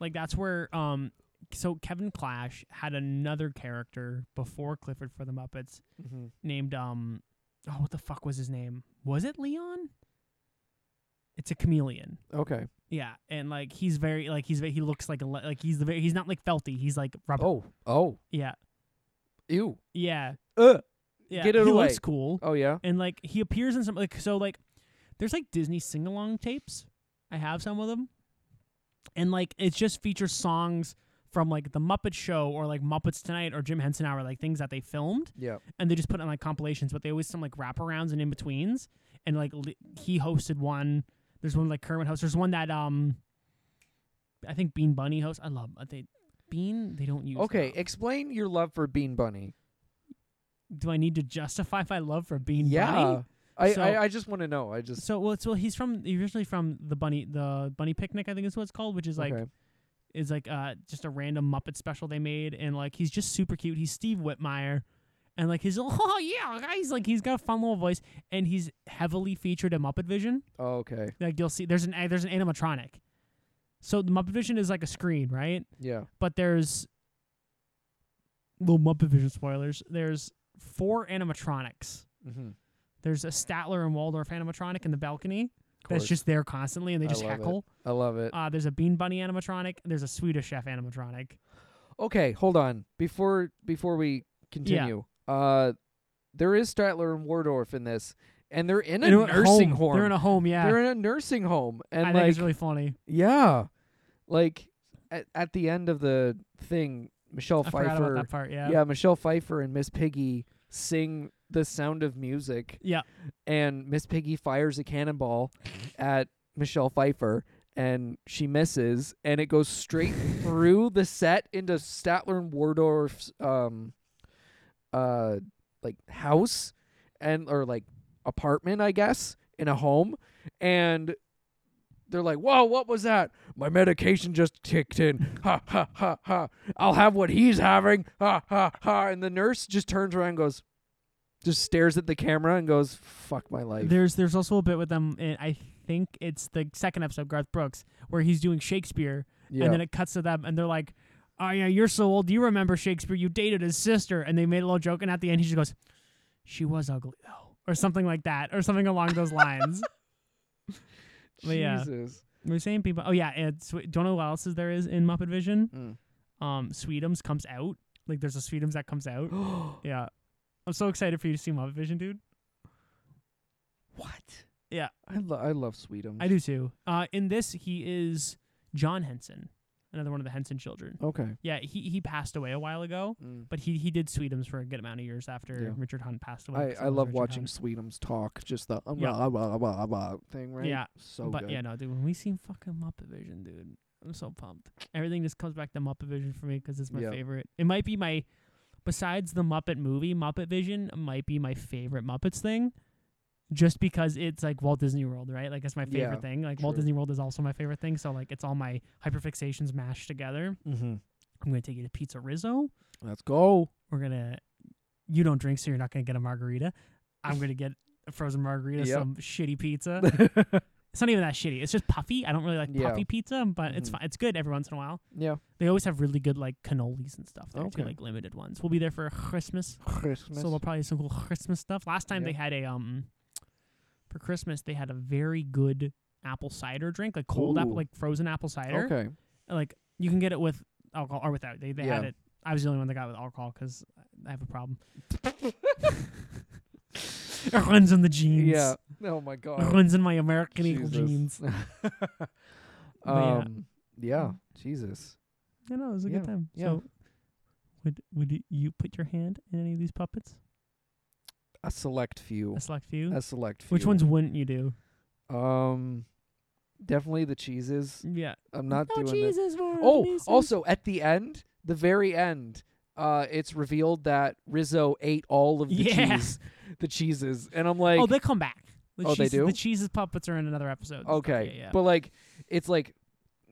like that's where um so kevin clash had another character before clifford for the muppets Mm-hmm. named um oh what the fuck was his name was it leon it's a chameleon Okay. yeah and like he's very like he's ve- he looks like a le- like he's the very he's not like felty he's like rubber Oh. Oh. yeah Ew. yeah Ugh. yeah Get it he away. looks cool Oh yeah. and like he appears in some like so like there's like Disney sing along tapes. I have some of them, and like it just features songs from like the Muppet Show or like Muppets Tonight or Jim Henson Hour, like things that they filmed, Yeah. and they just put it on like compilations. But they always some like wraparounds and in betweens, and like li- he hosted one. There's one like Kermit hosts. There's one that um, I think Bean Bunny hosts. I love they Bean. They don't use Okay. now. Explain your love for Bean Bunny. Do I need to justify my love for Bean yeah. Bunny? I, So- I I just want to know. I just So well, so he's from originally from the bunny the bunny picnic I think is what it's called, which is like okay. is like uh just a random Muppet special they made, and like he's just super cute. He's Steve Whitmire, and like his oh yeah, he's like he's got a fun little voice, and he's heavily featured in Muppet Vision. Oh, okay. Like you'll see, there's an there's an animatronic. So the Muppet Vision is like a screen, right? Yeah. But there's little Muppet Vision spoilers. There's four animatronics. Mm-hmm. There's a Statler and Waldorf animatronic in the balcony that's just there constantly and they I just love it. heckle. I love it. Uh, there's a Bean Bunny animatronic. There's a Swedish Chef animatronic. Okay, hold on. Before before we continue, uh, there is Statler and Wardorf in this, and they're in a And they're at nursing home. home. They're in a home, yeah. They're in a nursing home, and I like, think it's really funny. yeah, like at, at the end of the thing, Michelle I forgot about Pfeiffer, that part, yeah. yeah, Michelle Pfeiffer and Miss Piggy sing The Sound of Music. Yeah. and Miss Piggy fires a cannonball at Michelle Pfeiffer. And she misses, and it goes straight through the set into Statler and Wardorf's um, uh, like house and or like apartment, I guess, in a home, and they're like, "Whoa, what was that? My medication just kicked in. Ha ha ha ha! I'll have what he's having. Ha ha ha!" And the nurse just turns around, and goes, just stares at the camera, and goes, "Fuck my life." There's there's also a bit with them in I think it's the second episode, Garth Brooks, where he's doing Shakespeare yeah. and then it cuts to them and they're like, Oh yeah, you're so old, you remember Shakespeare, you dated his sister and they made a little joke and at the end he just goes, She was ugly though or something like that, or something along those lines. but yeah. Jesus. We're saying people. Oh yeah, and Swe- don't know what else is there is in Muppet Vision. Mm. Um, Sweetums comes out. Like there's a Sweetums that comes out. yeah, I'm so excited for you to see Muppet Vision, dude. what? Yeah. I lo- I love Sweetums. I do too. Uh, in this he is John Henson, another one of the Henson children. Okay. Yeah, he he passed away a while ago, Mm. but he he did Sweetums for a good amount of years after Yeah. Richard Hunt passed away. I, 'cause he I was love Richard watching Hunt. Sweetums talk. Just the um, Yeah. uh, uh, uh, uh, uh, thing, right? Yeah, So but good. yeah, no, dude, when we see fucking Muppet Vision, dude, I'm so pumped. Everything just comes back to Muppet Vision for me 'cause it's my Yeah. favorite. It might be my, besides the Muppet movie, Muppet Vision might be my favorite Muppets thing, just because it's like Walt Disney World, right? Like it's my favorite Yeah, thing. Like Walt true. Disney World is also my favorite thing. So like it's all my hyperfixations mashed together. Mm-hmm. I'm gonna take you to Pizza Rizzo. Let's go. We're gonna, you don't drink, so you're not gonna get a margarita. I'm gonna get a frozen margarita, Yep. some shitty pizza. It's not even that shitty. It's just puffy. I don't really like Yeah. puffy pizza, but it's Mhm. fine. It's good every once in a while. yeah. They always have really good like cannolis and stuff there too, Okay. like limited ones. We'll be there for Christmas, Christmas. so we'll probably have some cool Christmas stuff. Last time Yeah. they had a um for Christmas they had a very good apple cider drink, like cold apple, Ooh. like frozen apple cider. okay. And, Like you can get it with alcohol or without. They they had Yeah. it. I was the only one that got it with alcohol because I have a problem. it runs in the genes. Yeah. Oh my It god. runs in my American Eagle Jesus. genes. um, yeah. yeah. Yeah. Jesus. I know it was a Yeah, good time. yeah. So, would would you put your hand in any of these puppets? A select few. A select few. A select few. Which ones wouldn't you do? Um, definitely the cheeses. Yeah. I'm not oh, doing that. Jesus, Lord, Oh, Jesus. also at the end, the very end, uh, it's revealed that Rizzo ate all of the Yeah. cheese, the cheeses, and I'm like, oh, they come back. The Oh, they cheeses- do? The cheeses puppets are in another episode. and stuff. okay, Yeah, yeah. but like, it's like,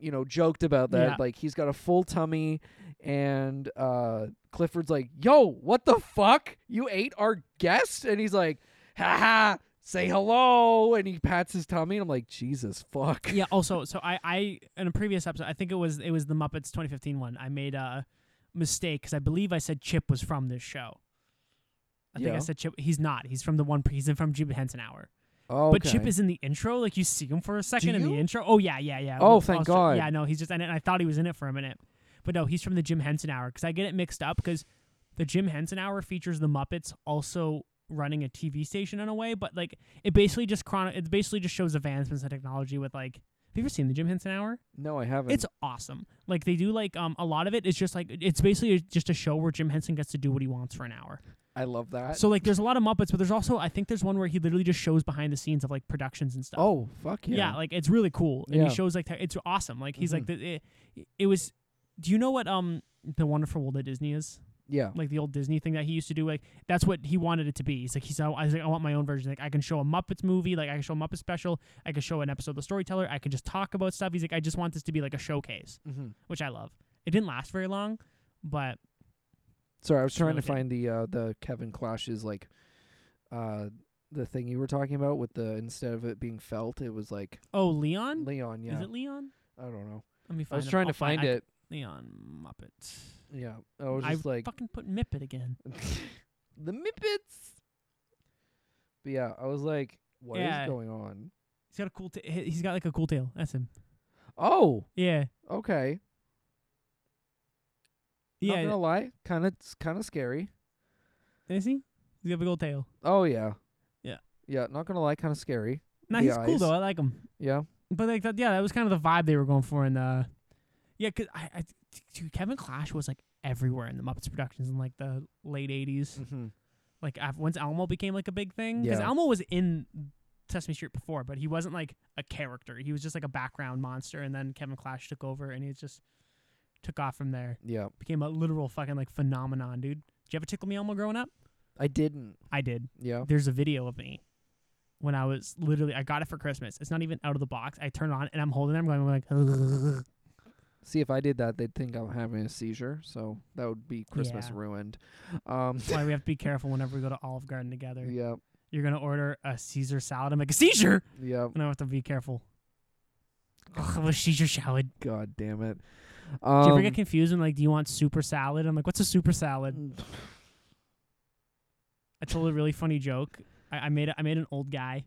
you know, joked about that. Yeah. Like he's got a full tummy, and uh, Clifford's like, "Yo, what the fuck? You ate our guest?" And he's like, "Ha ha." Say hello, and he pats his tummy. And I'm like, Jesus, fuck. yeah also so i i in a previous episode i think it was it was the muppets 2015 one i made a mistake because i believe i said chip was from this show i think Yeah. i said chip he's not he's from the one pre- he's in from jim henson hour Oh, but chip is in the intro like you see him for a second in you? the intro oh yeah yeah yeah Oh, With thank Foster- God. yeah no he's just in it and i thought he was in it for a minute but no he's from the jim henson hour because i get it mixed up because the jim henson hour features the muppets also running a tv station in a way but like it basically just chrono it basically just shows advancements in technology with like have you ever seen the jim henson hour No, I haven't. it's awesome. Like they do like um a lot of it is just like it's basically just a show where Jim Henson gets to do what he wants for an hour. I love that. So like there's a lot of Muppets, but there's also I think there's one where he literally just shows behind the scenes of like productions and stuff. oh fuck yeah. yeah, like it's really cool. And Yeah. Mm-hmm. he shows like te- it's awesome. Like he's like the, it, it was. Do you know what um the Wonderful World of Disney is? yeah. Like the old Disney thing that he used to do. Like that's what he wanted it to be. He's like he's "Oh, I was like I want my own version. Like I can show a Muppets movie. Like I can show a Muppets special. I can show an episode of The Storyteller. I can just talk about stuff. He's like I just want this to be like a showcase Mm-hmm. which I love. It didn't last very long, but Sorry, I was It's trying really to good. find the uh the Kevin Clash's like uh the thing you were talking about with the instead of it being felt, it was like oh, Leon? Leon, yeah. Is it Leon? I don't know. Let me I find. was him. trying I'll to find I- it. Leon Muppet. Yeah. I was I just like fucking put Mippet again. the Mippets. But yeah, I was like, what is Yeah. going on? He's got a cool. ta- he- he's got like a cool tail. That's him. Oh, Yeah. okay. Not Yeah. gonna lie, kind of kind of scary. Is he? He's got a big old tail. Oh yeah. Yeah. Yeah, not gonna lie, kind of scary. Nah, The he's cool eyes. though. I like him. Yeah. But like that, yeah, that was kind of the vibe they were going for in the. Yeah, 'cause I, I, dude, Kevin Clash was like everywhere in the Muppets productions in like the late '80s. Mm-hmm. like af- once Elmo became like a big thing because Yeah. Elmo was in Sesame Street before, but he wasn't like a character. He was just like a background monster, and then Kevin Clash took over, and he just took off from there. Yeah. Became a literal fucking like phenomenon, dude. Did you ever tickle me Elmo growing up? I didn't. I did. Yeah. There's a video of me when I was literally I got it for Christmas. It's not even out of the box. I turn it on and I'm holding it. I'm going like, See, if I did that, they'd think I'm having a seizure, so that would be Christmas Yeah. ruined. Um, that's why we have to be careful whenever we go to Olive Garden together. yeah, You're gonna order a Caesar salad. I'm like a seizure, yeah. and I have to be careful. Ugh, I'm a seizure salad. God damn it. Do you Um, ever get confused when like, do you want super salad? I'm like, what's a super salad? I told a really funny joke. I, I made a, I made an old guy,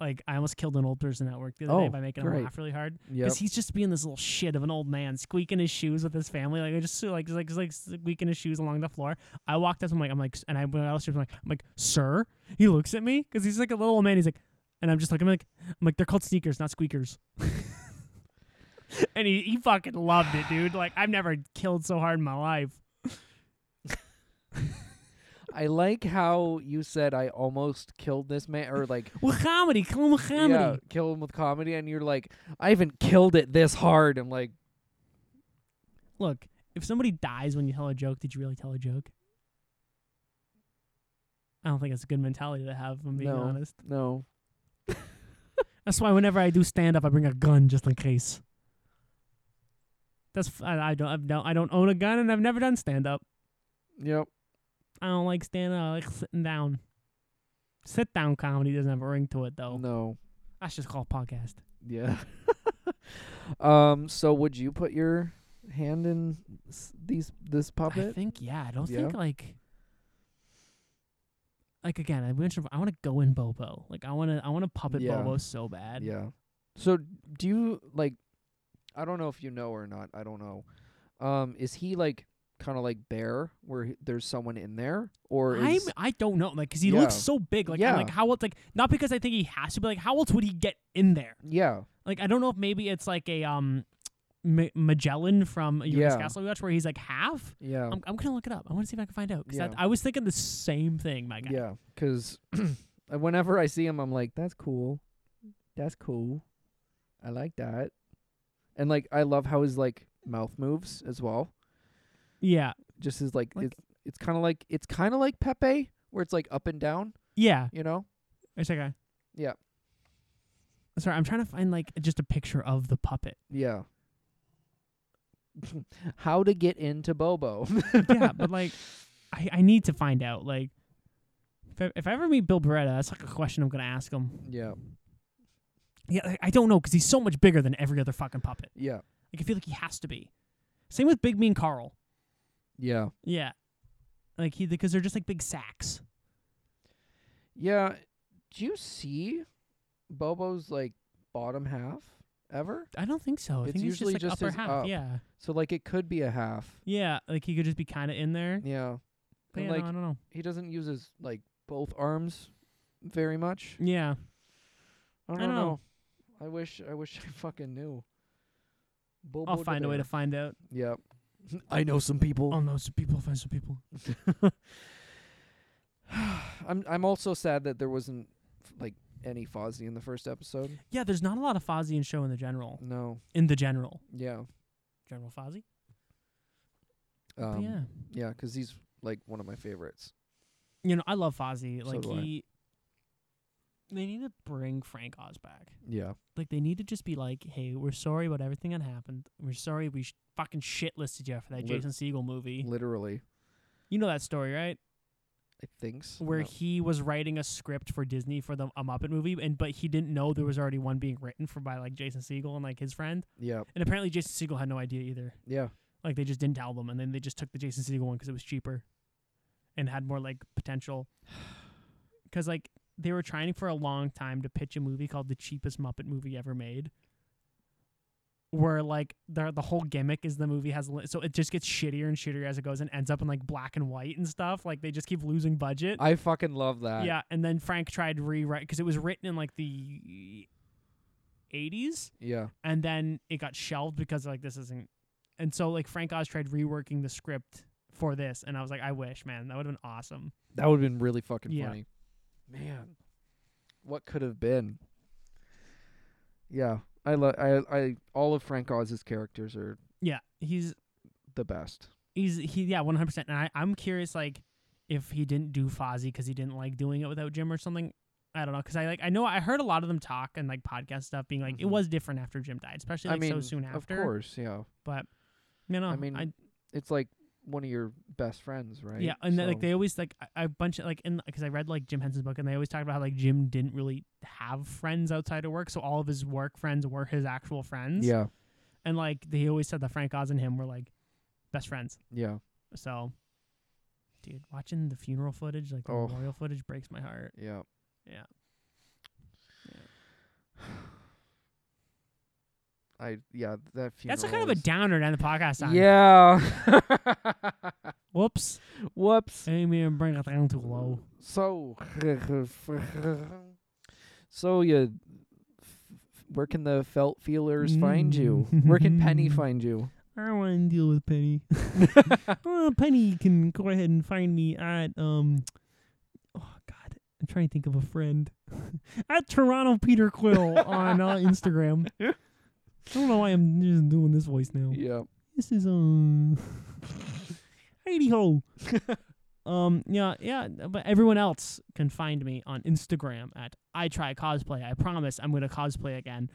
like I almost killed an old person at work the other Oh, day by making great. him laugh really hard yep. because he's just being this little shit of an old man, squeaking his shoes with his family, like I just like just, like just, like squeaking his shoes along the floor. I walked up, I'm like, I'm like, and I went out I'm like, I'm like, sir. He looks at me because he's like a little old man. He's like, and I'm just like, I'm like, I'm like, they're called sneakers, not squeakers. and he, he fucking loved it, dude. Like I've never killed so hard in my life. I like how you said I almost killed this man, or like, Well, comedy, come on, comedy. yeah, kill him with comedy, and you're like, I haven't killed it this hard. I'm like, Look, if somebody dies when you tell a joke, did you really tell a joke? I don't think it's a good mentality to have. If I'm being No. honest. no. That's why whenever I do stand up, I bring a gun just in case. That's f- I, I don't I've no, I don't own a gun and I've never done stand up. Yep. I don't like stand up. I like sitting down. Sit down comedy doesn't have a ring to it though. No. That's just called podcast. Yeah. um. So, would you put your hand in s- these this I puppet? think yeah. I don't Yeah. think like like again. I mentioned I want to go in Bobo. Like I want to I want to puppet Yeah. Bobo so bad. Yeah. So do you like I don't know if you know or not, I don't know. Um is he like kind of like bear where he, there's someone in there or I'm, is I don't know, like, cause he Yeah. looks so big, like, Yeah. and, like how else, like, not because I think he has to, but like, how else would he get in there? Yeah. Like I don't know if maybe it's like a um Ma- Magellan from Yuri's Yeah. Castle we watched, where he's like half. Yeah. I'm, I'm gonna look it up. I want to see if I can find out because Yeah. I was thinking the same thing, my guy. Yeah, because whenever I see him, I'm like, that's cool. That's cool. I like that. And like, I love how his like mouth moves as well. yeah, Just his like, Like- it's it's kind of like it's kind of like Pepe, where it's like up and down. yeah. You know? It's like a- Yeah. Sorry, I'm trying to find like just a picture of the puppet. Yeah. how to get into Bobo? yeah, but like, I, I need to find out. Like, if I, if I ever meet Bill Beretta, that's like a question I'm gonna ask him. yeah. Yeah, I, I don't know because he's so much bigger than every other fucking puppet. Yeah. Like, I feel like he has to be. Same with Big Mean Carl. Yeah. Yeah, like he because they're just like big sacks. Yeah. Do you see Bobo's like bottom half ever? I don't think so. I It's think he's usually just like just upper his half. up. Yeah, So like, it could be a half. yeah. Like he could just be kind of in there. Yeah. But And, yeah, no, like, I don't know. he doesn't use his like both arms very much. Yeah, I don't, I know. know. I wish I wish I fucking knew. Bobo I'll find a way to Devere. find out. Yep. I know some people. Oh no, some people find some people. I'm I'm also sad that there wasn't f- like any Fozzie in the first episode. Yeah, there's not a lot of Fozzie and Show in the general. No. In the general, Yeah. General Fozzie. But Um, Oh, yeah. yeah, 'cause he's like one of my favorites. You know, I love Fozzie. So Like do I. he, they need to bring Frank Oz back. Yeah. Like they need to just be like, "Hey, we're sorry about everything that happened. We're sorry we sh- fucking shitlisted you for that Lit- Jason Siegel movie. Literally. You know that story, right? I think so. Where he was writing a script for Disney for the a Muppet movie, and but he didn't know there was already one being written for by like Jason Siegel and like his friend, Yeah. and apparently Jason Siegel had no idea either. Yeah. Like they just didn't tell them, and then they just took the Jason Segel one 'cause it was cheaper, and had more like potential. 'Cause like they were trying for a long time to pitch a movie called the cheapest Muppet movie ever made, where like the the whole gimmick is the movie has li- so it just gets shittier and shittier as it goes and ends up in like black and white and stuff. Like they just keep losing budget. I fucking love that. yeah, and then Frank tried to rewrite because it was written in like the 80s Yeah. and then it got shelved because like this isn't and so like frank oz tried reworking the script for this and i was like i wish man that would have been awesome That would have been really fucking Yeah. funny. Man, what could have been? Yeah, I love I I all of Frank Oz's characters are yeah he's the best. he's he yeah 100% and I, i'm curious like if he didn't do fozzie because he didn't like doing it without jim or something i don't know because i like i know i heard a lot of them talk and like podcast stuff being like it Mhm. was different after jim died especially I like mean, so soon after of course, yeah. but you know I mean, It's like one of your best friends, right? Yeah, and then, like So- they always like a- a bunch of like in because I read like Jim Henson's book, and they always talk about how like Jim didn't really have friends outside of work, so all of his work friends were his actual friends. Yeah, and like they always said that Frank Oz and him were like best friends. yeah, So, dude, watching the funeral footage, like the Oh. memorial footage, breaks my heart. yeah. Yeah. I yeah that funeral. That's a kind of a is- downer down the podcast. Time. Yeah. Whoops. Whoops. Amy and bring it down too low. So, so you, where can the felt feelers find you? Where can Penny Mm. find you? I don't want to deal with Penny. Uh, Penny can go ahead and find me at um. Oh God, I'm trying to think of a friend at Toronto Peter Quill on uh, Instagram. I don't know why I'm just doing this voice now. yeah, This is um. Heidi ho. um. Yeah. Yeah. But everyone else can find me on Instagram at I try cosplay. I promise I'm gonna cosplay again.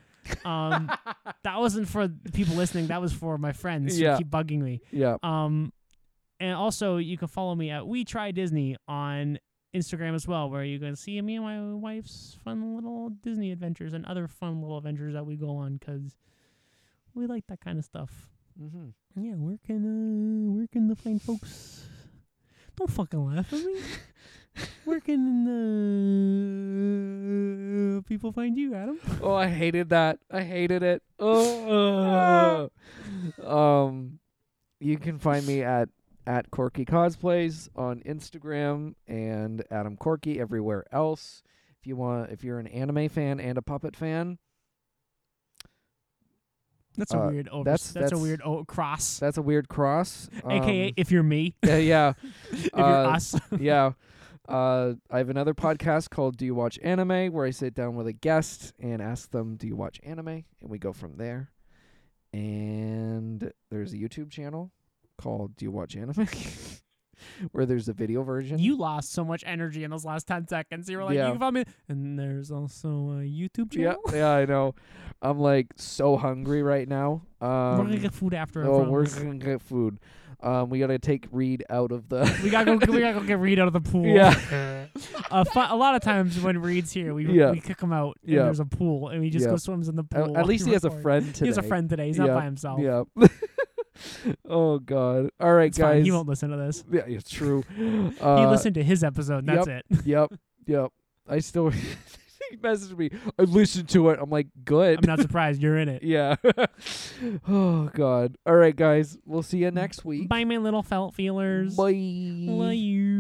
Um. that wasn't for the people listening. That was for my friends Yeah. who keep bugging me. yeah, Um, and also you can follow me at We Try Disney on Instagram as well, where you can see me and my wife's fun little Disney adventures and other fun little adventures that we go on 'cause we like that kind of stuff. mm-hmm. Yeah, where can uh, where can the fine folks? Don't fucking laugh at me. where can uh, people find you, Adam? Oh, I hated that. I hated it. Oh, um, you can find me at at Corky Cosplays on Instagram and Adam Corky everywhere else. If you want, if you're an anime fan and a puppet fan, That's a Uh, weird over. That's, that's- a that's- weird o- cross. That's a weird cross. AKA, um, if you're me, yeah, yeah, if you're uh, us, yeah. Uh, I have another podcast called Do You Watch Anime where I sit down with a guest and ask them, Do you watch anime? And we go from there. And there's a YouTube channel called Do You Watch Anime where there's a video version. you lost so much energy in those last ten seconds. You were like, Yeah. you can find me. And there's also a YouTube yeah, channel. yeah, I know. I'm like so hungry right now. we're gonna Um, get food after. I oh, we're promise. gonna get food. Um, we gotta take Reed out of the. we gotta go. We gotta go get Reed out of the pool. yeah. A, fu- a lot of times when Reed's here, we Yeah. we kick him out. And Yeah. There's a pool, and he just Yeah. go swims in the pool. At, while at least we he has a record. friend today. He has a friend today. He's Yeah. not by himself. Yeah. oh God. All right, It's guys. fine. He won't listen to this. Yeah, it's true. he Uh, listened to his episode. And that's it. Yep. Yep. I still. he messaged me. I listened to it. I'm like, good. I'm not surprised you're in it. yeah. oh God. All right, guys. We'll see you next week. Bye, my little felt feelers. Bye. Love you.